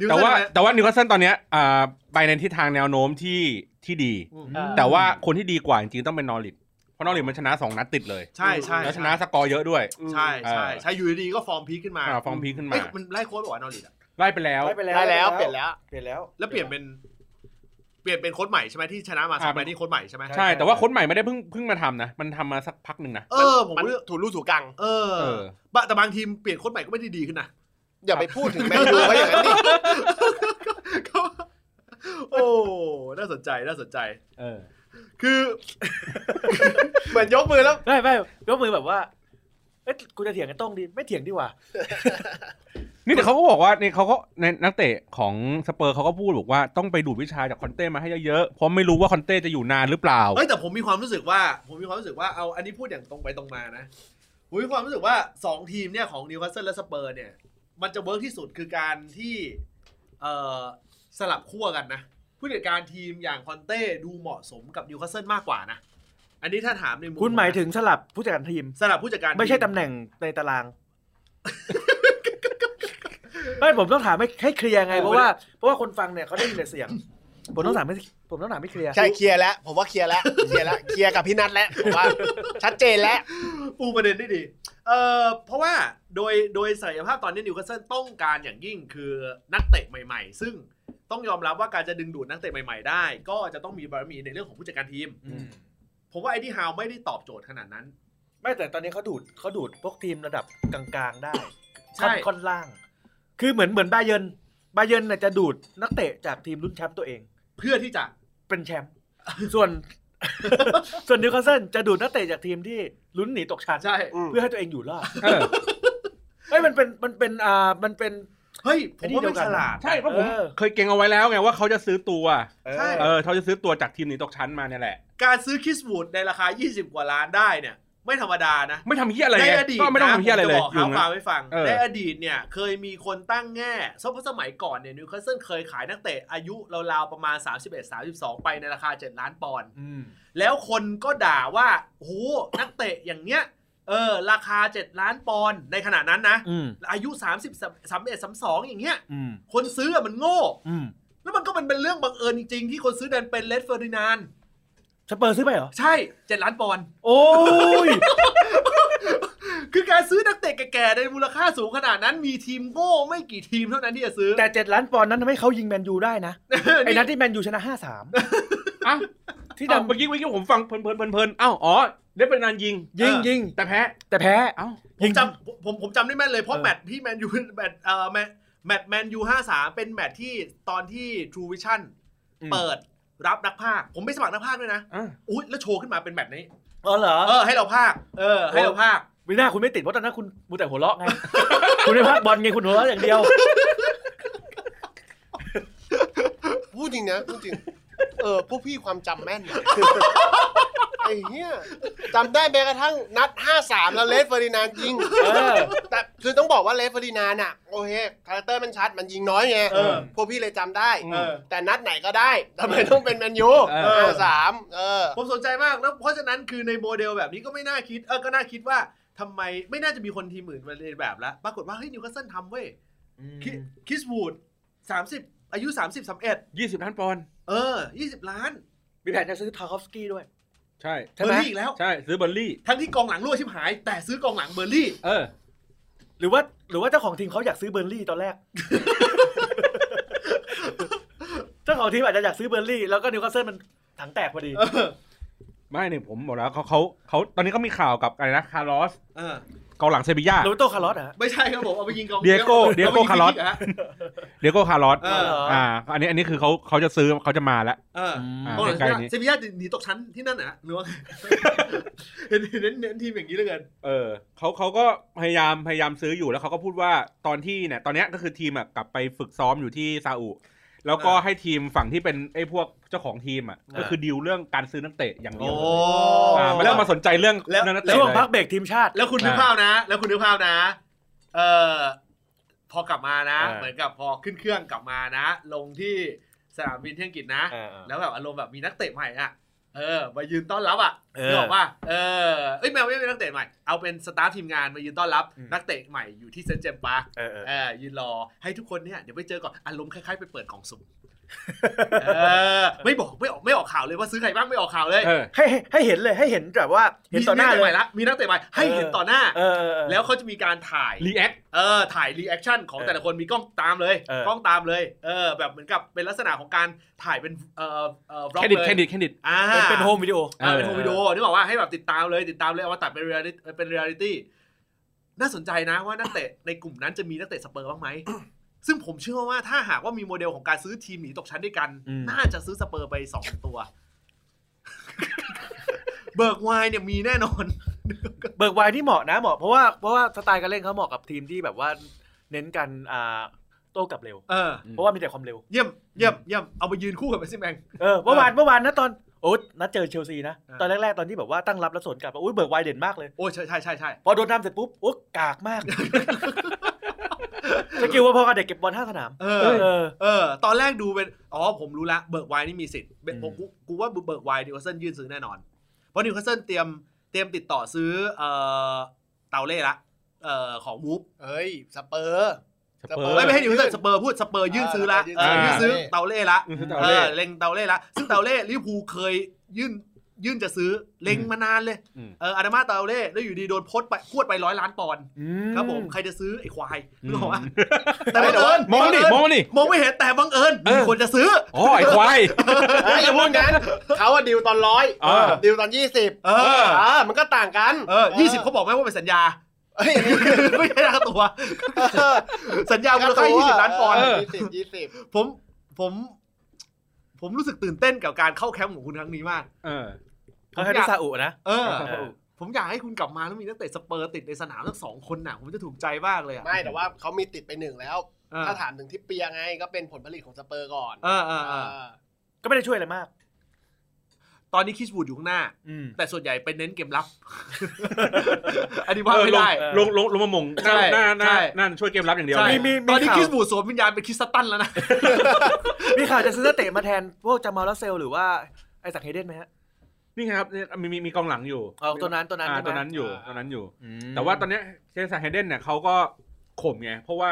Speaker 2: แต่ว่าแต่ว่านิวคาสเซิลตอนเนี้ยอ่าไปในทิศทางแนวโน้มที่ที่ดี
Speaker 1: อืม
Speaker 2: แต่ว่าคนที่ดีกว่าจริงๆต้องเป็นนอริดเพราะนอริดมันชนะสองนัดติดเลย
Speaker 1: ใช่ใช่
Speaker 2: แล้วชนะสกอร์เยอะด้วย
Speaker 1: ใช่ใช่ใช่อยู่ดีๆก็ฟอร์มพีคขึ้นมา
Speaker 2: อ่าฟอร์มพีคขึ้นมา
Speaker 1: เอ้ยมันไล่โค้ดบอกว่านอริดอะ
Speaker 2: ไล่ไปแล้ว
Speaker 4: ได้แล้วเปลี่ยนแล้ว
Speaker 5: เปลี่ยนแล้ว
Speaker 1: แล้วเปลี่ยนเป็น เปลี่ยนเป็นโค้ดใหม่ใช่ไหมที่ชนะมาส
Speaker 2: อ่า
Speaker 1: องไปนี่โค้ดใหม่ใช่ไหม
Speaker 2: ใช่ แต่ว่าคนใหม่ไม่ได้เพิ่งเพิ่งมาทำนะ มันทำมาสักพักหนึ่งนะ
Speaker 1: เออผม
Speaker 4: มัน
Speaker 1: เลือก
Speaker 4: ถูรูถูกัง
Speaker 1: เออ
Speaker 2: เออ
Speaker 1: บะแต่บางทีมเปลี่ยนโค้ชใหม่ก็ไม่ได้ดีขึ้นนะ
Speaker 4: อย่าไปพูดถึงแมนยูเขาอย่างนั้นดิ
Speaker 1: ก็โอ้ น่าสนใจน่าสนใจ
Speaker 2: เออ
Speaker 1: คือ
Speaker 4: เหมือนยกมือแล้ว
Speaker 5: ไม่ไม่ยกมือแบบว่า เอ๊ะกูจะเถียงกันต้องดี ไม่เถียงดีกว่า
Speaker 2: นี่แต่เขาก็บอกว่านี่เขาก็ในนักเตะของสเปอร์เขาก็พูดบอกว่าต้องไปดูดวิชาจากคอนเต้มาให้เยอะๆ เพราะไม่รู้ว่าคอนเต้จะอยู่นานหรือเปล่า
Speaker 1: เอ้ยแต่ผมมีความรู้สึกว่า ผมมีความรู้สึกว่าเอาอันนี้พูดอย่างตรงไปตรงมานะผมมีความรู้สึกว่าสองทีมเนี่ยของนิวคาสเซิลและสเปอร์เนี่ย มันจะเวิร์กที่สุดคือการที่เอ่อสลับขั้วกันนะ ผู้จัดการทีมอย่างคอนเต้ดูเหมาะสมกับนิวคาสเซิลมากกว่านะ อันนี้ถ้าถามในมุม
Speaker 5: คุณหมายถึงสลับผู้จัดการทีม
Speaker 1: สลับผู้จัดการที
Speaker 5: ไม่ใช่ตำ แหน่งในตาราง ไม่ผมต้องถามให้ให้เคลียร์ไง เพราะว่าเพราะว่าคนฟังเนี่ยเขาได้ยินแต่เสียง ผมต้องถามให้ผมต้องถามให้เคลียร์
Speaker 4: ใช่เคลียร์แล้ว ผมว่าเคลียร์แล้วเคลียร์แล้วเคลียร์กับพี่นัทแล้วผมว่า ชัดเจนแล้ว
Speaker 1: ปูประเด็นได้ดี เอ่อ เพราะว่าโดยโดยศักยภาพตอนนี้นิวคาสเซิลต้องการอย่างยิ่งคือนักเตะใหม่ๆ ซึ่งต้องยอมรับว่าการจะดึงดูดนักเตะใหม่ๆ ได้ ก็จะต้องมีบารมีในเรื่องของผู้จัดการทีม ผมว่าไอที่ฮาวไม่ได้ตอบโจทย์ขนาดนั้น
Speaker 5: ไม่แต่ตอนนี้เขาดูดเขาดูดพวกทีมระดับกลางๆได้
Speaker 1: ใช่
Speaker 5: ค่อนค่อนล่าง คือเหมือนเหมือนบาเยร์นบาเยร์นเนี่ยจะดูดนักเตะจากทีมรุ่นแชมป์ตัวเอง
Speaker 1: เพื่อที่จะ
Speaker 5: เป็นแชมป์ ส่วน ส่วนนิวคาสเซิลจะดูดนักเตะจากทีมที่ลุ้นหนีตกชั้น
Speaker 1: ใช่
Speaker 4: อืม
Speaker 5: เพื่อให้ตัวเองอยู่รอด
Speaker 2: เออ
Speaker 5: เฮ้ยมันเป็นมันเป็นอ่ามันเป็น
Speaker 1: เฮ้ย ผมว่า
Speaker 5: ไอ้นี่เดี
Speaker 1: ไม่
Speaker 5: ยวกั
Speaker 1: ฉ
Speaker 5: น
Speaker 1: ลาด
Speaker 2: ใช่เพราะผม
Speaker 5: เออ
Speaker 2: เคยเก่งเอาไว้แล้วไงว่าเขาจะซื้อตัว
Speaker 1: ใช่
Speaker 2: เออเขาจะซื้อตัวจากทีมหนี้ตกชั้นมาเนี่ยแหละ
Speaker 1: การซื้อคริสวูดในราคา 20 กว่าล้านได้เนี่ย ไม่ธรรมดานะ
Speaker 2: ไม่ทำเฮียอะไร
Speaker 1: ใน
Speaker 2: ไง
Speaker 1: อดีต
Speaker 2: ก็ไม่ต้อง
Speaker 1: น
Speaker 2: ทำเฮียอะไรเลย
Speaker 1: ผมจบก
Speaker 2: อยู่
Speaker 1: เขา
Speaker 2: นะ
Speaker 1: พาไว้ฟัง
Speaker 2: เออ
Speaker 1: ในอดีตเนี่ยเคยมีคนตั้งแง่เพราะสมัยก่อนเนี่ยนิวคาสเซิลเคยขายนักเตะอายุราวๆประมาณ 31 32 ไปในราคา 7 ล้านปอนด์แล้วคนก็ด่าว่าโหนักเตะอย่างเงี้ยเออราคา 7 ล้านปอนด์ในขณะนั้นนะ
Speaker 5: อืม
Speaker 1: อายุ 30 31 32 อย่างเงี้ย
Speaker 5: อืม
Speaker 1: คนซื้ออะมันโง่
Speaker 5: อืม
Speaker 1: แล้วมันก็มันเป็นเรื่องบังเอิญจริงๆ ที่คนซื้อดันเป็นเลสเฟอร์ดินานด์
Speaker 5: สเปอร์ซื้อไปเหรอ
Speaker 1: ใช่ 7 ล้านปอนด์
Speaker 5: โอ้ย
Speaker 1: คือการซื้อนักเตะแก่ๆในมูลค่าสูงขนาดนั้นมีทีมโง่ไม่กี่ทีมเท่านั้นที่จะซื้อ
Speaker 5: แต่เจ็ดล้านปอนด์นั้นทำให้เขายิงแมนยูได้นะ ไอ้นัดที่แมนยูชนะห้าสาม
Speaker 2: อ่ะ
Speaker 5: ที่
Speaker 2: ที่
Speaker 5: ดำ
Speaker 2: ดำเมื่อกี้เมื่อกี้ผมฟังเพลินเพลินเพลินเพลินอ้าวอ๋อเล่นเป็นนานยิง
Speaker 5: ยิงยิง
Speaker 2: แต่แพ้
Speaker 5: แต่แพ้
Speaker 2: เอ้า
Speaker 1: ผมจำผมผมผมจำได้แม่นเลยเพราะแมตช์ที่แมนยู แมตช์เอ่อแมตช์แมตช์แมนยูห้าสามเป็นแมตช์ที่ตอนที่ True Vision
Speaker 2: อืม
Speaker 1: เปิดรับนักพากย์ผมไม่สมัครนักพากย์ด้วยนะ
Speaker 2: อ่ะ
Speaker 1: อุ้ยแล้วโชว์ขึ้นมาเป็นแมตช์นี้
Speaker 5: อ๋อเหรอ
Speaker 1: เออให้เราพากย์เออให้เราพากย์
Speaker 5: วิน่าคุณไม่ติดเพราะตอนนั้นคุณมูแต่หัวเราะไง คุณไม่พักบอลไงคุณหัวเราะอย่างเดียว
Speaker 4: พูดจริงนะพูดจริง เออพวกพี่ความจำแม่น นะไอ้เหี้ยจำได้แม้กระทั่งนัด 5-3 แล้วเลสเฟอร์ดินานด์ยิง
Speaker 5: เออ
Speaker 4: แต่คือต้องบอกว่าเลสเฟอร์ดินานด์อ่ะโอเคคาแรคเตอร์มันชัดมันยิงน้อยไง
Speaker 1: เออ
Speaker 4: พวกพี่เลยจำได้
Speaker 1: เออ
Speaker 4: แต่นัดไหนก็ได้ทำไมต้องเป็นแมนยู
Speaker 2: เออ
Speaker 4: ห้าสามเออ
Speaker 1: ผมสนใจมากแล้วเพราะฉะนั้นคือในโมเดลแบบนี้ก็ไม่น่าคิดเออก็น่าคิดว่าทำไมไม่น่าจะมีคนทีมอื่นมาเรียนแบบละปรากฏว่าเฮ้ยนิวคาสเซิลทำเว้ยคิคริสวูดสามสิบอายุสามสิบสามเอ็ด
Speaker 2: ยี่สิบล้านปอนด์
Speaker 1: เออยี่สิบล้าน
Speaker 5: มีแผนจะซื้อทาคอฟสกี้ด้วย
Speaker 2: ใช่
Speaker 5: ใช่
Speaker 1: เบอ
Speaker 5: ไหม
Speaker 1: ร์ลี่อีกแล้ว
Speaker 2: ใช่ซื้อเบอร์ลี่
Speaker 1: ทั้งที่กองหลังรั่วชิบหาย แต่ซื้อกองหลังเบอร์ลี่
Speaker 2: เออ
Speaker 5: หรือว่าหรือว่าเจ้าของทีมเขาอยากซื้อเบอร์นลี่ตอนแรก เจ้าของทีมอาจจะอยากซื้อเบอร์นลี่แล้วก็นิวคาสเซิลมันถังแตกพอดี
Speaker 1: เออ
Speaker 2: ไม่เนี่ยผมบอกแล้วเขาเขาเขาตอนนี้ก็มีข่าวกับอะไรนะคาร์ลอส
Speaker 1: เออก
Speaker 2: องหลังเซบียา
Speaker 5: โรเบร์โตคาร์ลอสเหรอฮะ
Speaker 1: ไม่ใช่ครับผมเอาไปยิงกอง
Speaker 2: Diego
Speaker 1: เไป
Speaker 2: Diego
Speaker 1: ยิง
Speaker 2: Carlos
Speaker 1: ฟรีกเหฮะ
Speaker 2: เดียโก้คาร์ลอส
Speaker 1: เออ
Speaker 2: อ่า อันนี้อันนี้คือเขาเขาจะซื้อเขาจะมาแล้ว
Speaker 1: เออ
Speaker 2: อ่า
Speaker 1: โอ้โห
Speaker 2: ใกล้ๆนี้
Speaker 1: เซบียาหนีตกชั้นที่นั่นนะหรือว่าไง เห็นเห็นเน้นทีมอย่างนี้เหลยเกิน
Speaker 2: เออเขาเขาก็พยายามพยายามซื้ออยู่แล้วเขาก็พูดว่าตอนที่เนี่ยตอนเนี้ยก็คือทีมอะกลับไปฝึกซ้อมอยู่ที่ซาอุแล้วก็ให้ทีมฝั่งที่เป็นไอ้พวกเจ้าของทีมอ่ะก็คือดีลเรื่องการซื้อนักเตะอย่างเดี
Speaker 1: โอ้
Speaker 2: ยวอ่าไม่ต้องมาสนใจเรื่อง
Speaker 1: แล้ว
Speaker 2: เรื่องนักเตะ
Speaker 5: ช่วง
Speaker 2: เลย
Speaker 5: พักเบรกทีมชาติ
Speaker 1: แล้วคุณนึกภาพนะ แล้วคุณนึกภาพนะ เอ่อ พอกลับมานะ
Speaker 5: อ่า
Speaker 1: เหมือนกับพอขึ้นเครื่องกลับมานะ ลงที่สนามบินเที่ยงกิจนะ
Speaker 5: อ่า
Speaker 1: แล้วแบบอารมณ์แบบมีนักเตะใหม่อ่ะ เออ มายืนต้อนรับอ่ะ
Speaker 5: เออ
Speaker 1: นึกออกป่ะเออ เอ้ยแมวไม่เป็นนักเตะใหม่ เอาเป็นสตาฟทีมงานมายืนต้อนรับ
Speaker 5: อืม
Speaker 1: นักเตะใหม่อยู่ที่เซนต์เจมส์ปาร์ค
Speaker 5: เออเออ
Speaker 1: เออ ยืนรอ ให้ทุกคนเนี่ยเดี๋ยวไปเจอก่อน อารมณ์คล้ายๆไปเปิดกล่อง สุ่ม เออ ไม่บอกไม่ออกไม่ออกข่าวเลยว่าซื้อใครบ้างไม่ออกข่าวเลย
Speaker 2: เออ
Speaker 5: ให้ให้ให้เห็นเลยให้เห็นแบบว่าเห็นต่อหน้า
Speaker 1: มีกตะ
Speaker 5: เล
Speaker 1: ให
Speaker 5: ย
Speaker 1: ม่ละมีนักเตะใหม่ให้เห็นต่อหน้า
Speaker 5: เออเออเออ
Speaker 1: แล้วเขาจะมีการถ่าย
Speaker 2: รีแอค
Speaker 1: เออ ถ่ายรีแอคชั่นของแต่ละคนมีกล้องตามเลย
Speaker 5: เออ
Speaker 1: กล้องตามเลย เออ แบบเหมือนกับเป็นลักษณะของการถ่ายเป็นเอ่อเอ่อ
Speaker 2: เครดิต
Speaker 1: เลย
Speaker 2: เครดิตเครดิต
Speaker 1: อ่า
Speaker 5: เป็นเป็นโฮมวิดีโอ
Speaker 1: อ่าเป็นโฮม
Speaker 5: เออ
Speaker 1: วิดีโอนึกออกว่าให้แบบติดตามเลย ติดตามเลย เอามาตัดเป็นเรียลิเป็นเรียลิตี้ น่าสนใจนะว่านักเตะ ในกลุ่มนั้นจะมีนักเตะสเปอร์บ้าง ไหม ซึ่งผมเชื่อว่าถ้าหากว่ามีโมเดลของการซื้อทีมหนีตกชั้นด้วยกัน
Speaker 5: อืม
Speaker 1: น่าจะซื้อสเปอร์ไปสองตัว เบิร์กไวน์เนี่ยมีแน่นอน
Speaker 5: เบิร์กไวน์ที่เหมาะนะเหมาะเพราะว่าเพราะว่าสไตล์การเล่นเขาเหมาะกับทีมที่แบบว่าเน้นการอ่าโต้กลับเร็ว
Speaker 1: เออ
Speaker 2: อืม
Speaker 5: เพราะว่ามีแต่ความเร็ว
Speaker 1: เยี่ยม เยี่ยม เยี่ยม เอาไปยืนคู่กับเอซิแมง
Speaker 5: เออเมื่อวานเมื่อวานนะตอนโอ้นัดเจอเชลซีนะ
Speaker 1: เออ
Speaker 5: ตอนแรกๆ ตอนที่แบบว่าตั้งรับแล้วสวนกลับอุ้ยเบิร์กไวน์เด่นมากเลย
Speaker 1: โอ้ยใช่ใช่ใช่ใช่
Speaker 5: พอโดนนำเสร็จปุ๊บโอ้กากมาก สกิลว่าพอกับเด็กเก็บบอลห้างสนาม
Speaker 1: เออ
Speaker 5: เออ
Speaker 1: เออ ตอนแรกดูเป็น อ๋อ ผมรู้ละ เบิร์กไวน์นี่มีสิทธิ์เบผมกูกูว่าเบิร์กไวน์นิวคาสเซิลยื่นซื้อแน่นอน เพราะนิวคาสเซิลเตรียม เตรียมติดต่อซื้อ เอ่อ เตาเล่ละ เอ่อ ของมูฟ
Speaker 4: เฮ้ย สเปอร์
Speaker 2: สเปอ
Speaker 4: เอ
Speaker 2: ร์
Speaker 4: อ
Speaker 1: ไม่ไม่ให้นิวคาสเซิลสเปอร์พูดสเปอร์ยื่นซื้อละ
Speaker 2: อ่า
Speaker 1: เออยื่นซื้อเตาเล่ละ
Speaker 2: อืมคือเตา
Speaker 1: เอ
Speaker 2: เล่
Speaker 1: อ เล็งเตาเล่ละ ซึ่งเตาเล่ลิเวอร์พูลเคยยื่น ยื่นจะซื้อ เล็งมานานเลย
Speaker 2: อืม
Speaker 1: เอออาดามาเตาเล่ แล้วอยู่ดีโดนพดไปพวดไปร้อยล้านปอนด์ ครับผม ใครจะซื้อไอ้ควายนึกออกปะ
Speaker 2: อืม
Speaker 1: แต่บังเอิญ
Speaker 2: มองดิมองดิ
Speaker 1: มองไม่เห็นแต่บังเอิญ
Speaker 2: เออ
Speaker 1: มีคนจะซื้อ
Speaker 2: อ๋อไอ้ควาย
Speaker 4: ไอ้พวกนั้นเขาอะดิวตอนร้อย
Speaker 2: เออ
Speaker 4: ดิวตอนยี่สิบ
Speaker 1: เออ
Speaker 4: อ่ามันก็ต่างกัน
Speaker 1: เออยี่สิบเขาบอกไหมว่าเป็นสัญญา
Speaker 4: เอ้ยอันนี้
Speaker 1: ไม่ใช่ราคาตัว
Speaker 4: เออ
Speaker 1: สัญญามูลค่ายี่สิบล้านปอนด์
Speaker 4: เยี่สิบยี่สิบ
Speaker 1: ผม ผม ผมรู้สึกตื่นเต้นกับการเข้าแคมป์ของคุณครั้งนี้มาก
Speaker 2: เออ
Speaker 5: เขาแค่ที่ซาอุนะ
Speaker 1: เออ
Speaker 5: เออ
Speaker 1: ผมอยากให้คุณกลับมาแล้วมีนักเตะสเปอร์ติดในสนามทั้งสองคนน่ะ ผมจะถูกใจมากเลยอะ
Speaker 4: ไม่แต่ว่าเขามีติดไปหนึ่งแล้ว
Speaker 1: เออ
Speaker 4: ถ้าถามถึงที่เปียไงก็เป็นผลผลิตของสเปอร์ก่อน
Speaker 1: เออเออเออ
Speaker 4: เออ
Speaker 5: ก็ไม่ได้ช่วยอะไรมาก
Speaker 1: ตอนนี้คิสบูดอยู่ข้างหน้า
Speaker 5: อืม
Speaker 1: แต่ส่วนใหญ่ไปเน้นเกมรับ อันนี้ว่าไม่ได้
Speaker 5: เออ
Speaker 2: ลงลงลงมามงหน้า
Speaker 1: ใช่
Speaker 2: หน้าหน้า
Speaker 1: ใช่
Speaker 2: หน้าช่วยเกมรับอย่างเดียว
Speaker 1: ใช่
Speaker 2: เลย
Speaker 5: มีมีมี
Speaker 1: ตอนนี้
Speaker 5: ข่าว
Speaker 1: คิสบูดสวมวิญญาณเป็นคิสตันแล้วนะ
Speaker 5: มีข่าวจะซื้อนักเตะมาแทน พวกจามาลรัสเซลหรือว่าไอสักเฮเดนไหมฮะ
Speaker 2: นี่ไงครับเนี่ยมีมีมีกองหลังอยู่
Speaker 5: เอาตัวนั้นตัวนั้น
Speaker 2: อ่า
Speaker 5: ใช่ไหม
Speaker 2: ตัวนั้นอยู่ตัวนั้นอยู่
Speaker 5: อืม
Speaker 2: แต่ว่าตอนเนี้ยเจสันเฮเดนเนี่ยเขาก็ข่มไง เพราะว่า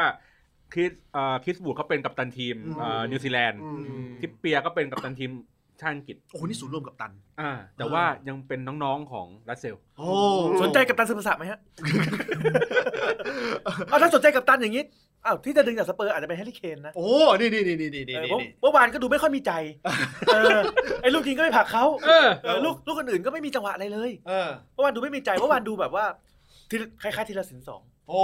Speaker 2: คริสเอ่อคริสบูดเขาเป็นกัปตันทีม
Speaker 1: อืม
Speaker 2: เอ่อนิวซีแลนด์
Speaker 4: อืม
Speaker 2: ทิปเปียก็เป็นกัปตันทีม ชาติอังกฤษ
Speaker 1: โอ้โหนี่ศูนย์รวมกับตัน
Speaker 2: อ่า แต่ว่ายังเป็นน้องๆของรัสเซล
Speaker 1: โอ้
Speaker 5: สนใจกับตันซึมศักดิ์ไหมฮะ เอาถ้าสนใจกับตันอย่างนี้อ้าวที่จะดึงจากสเปอร์อาจจะเป็นแฮร์รี่เคนนะ
Speaker 1: โอ้นี่นี่นี่นี่นี่นี่
Speaker 5: เออ
Speaker 1: นี่
Speaker 5: เพราะเมื่อวานก็ดูไม่ค่อยมีใจ เออไอ้ลูกยิงก็ไม่ผลักเขา
Speaker 2: เออ
Speaker 5: เออลูกลูกคนอื่นก็ไม่มีจังหวะอะไรเลย
Speaker 1: เออ
Speaker 5: เมื่อวานดูไม่มีใจเมื่อวานดูแบบว่าทีละคล้ายๆทีละสินสอง
Speaker 1: โอ้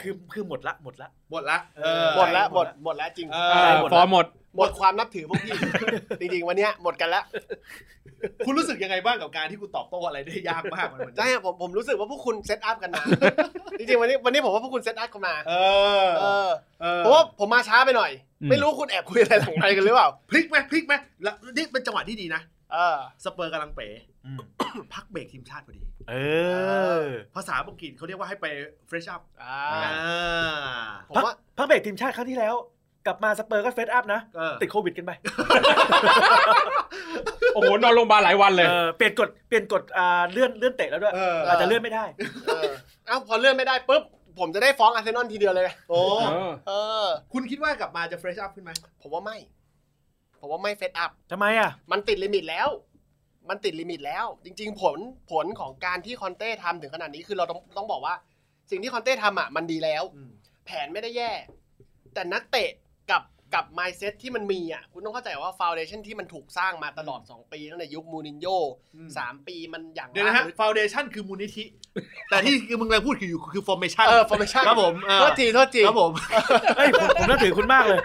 Speaker 5: คือคือหมดละหมดละ
Speaker 1: หมดละเออ
Speaker 4: หมดแล้วหมดหมดแล้วจริง
Speaker 1: เอ
Speaker 2: เอ
Speaker 1: อ
Speaker 2: อฟอร์มหมด
Speaker 4: หมดความนับถือพวกพี่ จริงๆวันเนี้ยหมด กันแล้ว
Speaker 1: คุณรู้สึกยังไงบ้างกับการที่กูตอบโต้อะไรได้ยากมากมันเหมือน
Speaker 4: ใช่ผมผมรู้สึกว่าพวกคุณเซตอัพกัน มา จริงๆวันนี้วันนี้ผมว่าพวกคุณเซตอัพกันมา
Speaker 1: เออ
Speaker 4: เออ
Speaker 1: เออ
Speaker 4: เพราะว่าผมมาช้าไปหน่อย
Speaker 2: อืม
Speaker 4: ไม่รู้คุณแอบคุยอะไรหลังไมค์กันหรือเปล่า
Speaker 1: พลิกไหมพลิกไหมแล้วนี่เป็นจังหวะที่ดีนะ
Speaker 4: เออ
Speaker 1: สเปอร์กำลังเป๋ พักเบรกทีมชาติพอดี
Speaker 5: เอ
Speaker 4: อ
Speaker 1: ภาษาอังกฤษเขาเรียกว่าให้ไปเฟรชอัพ
Speaker 4: อ่า
Speaker 1: อ่า
Speaker 4: ผมว่า
Speaker 5: พักเบรกทีมชาติครั้งที่แล้ว กลับมาสเปอร์ก็เฟสอัพนะ
Speaker 1: เออ
Speaker 5: ติดโควิดกันไป
Speaker 2: โอ้โห นอนโรงพยาบาลหลายวันเลย
Speaker 5: เออเปลี่ยนกฎเปลี่ยนกฎอ่าเลื่อนเลื่อนเตะแล้วด้วย
Speaker 1: เออ
Speaker 5: อาจจะเลื่อนไม่ได้
Speaker 4: เออเอ้าพอเลื่อนไม่ได้ปุ๊บผมจะได้ฟ้องอาร์เซนอลทีเดียวเลย
Speaker 1: โอ้
Speaker 2: เออ
Speaker 4: เออ
Speaker 1: คุณคิดว่ากลับมาจะเฟรชอัพขึ้นไหม
Speaker 4: ผมว่าไม่ ผมว่าไม่เฟตอัพ
Speaker 5: ทำไมอ่ะ
Speaker 4: มันติดลิมิตแล้ว มันติดลิมิตแล้ว จริง ๆ ผลผลของการที่คอนเต้ทำถึงขนาดนี้คือเราต้องต้องบอกว่า สิ่งที่คอนเต้ทำอ่ะมันดีแล้ว
Speaker 1: อืม
Speaker 4: แผนไม่ได้แย่ แต่นักเตะกับกับ mindset ที่มันมีอ่ะคุณต้องเข้าใจว่าฟาวเดชั่นที่มันถูกสร้างมาตลอด 2 ปีตั้งแต่ยุคมูรินโญ่
Speaker 1: อืม
Speaker 4: สามปีมันอย่าง
Speaker 1: เดี๋ยวนะฮะ
Speaker 4: ลากลึก
Speaker 1: ฟาวเดชั่นคือมูลนิธิ แต่ที่คือมึงกำลังพูดคืออยู่คือฟอร์เมชั่น
Speaker 4: เออ formation
Speaker 1: ครับผมเออ
Speaker 4: โทษทีโทษที
Speaker 1: ครับผม
Speaker 5: เฮ้ยผมผมนับถือคุณมากเลย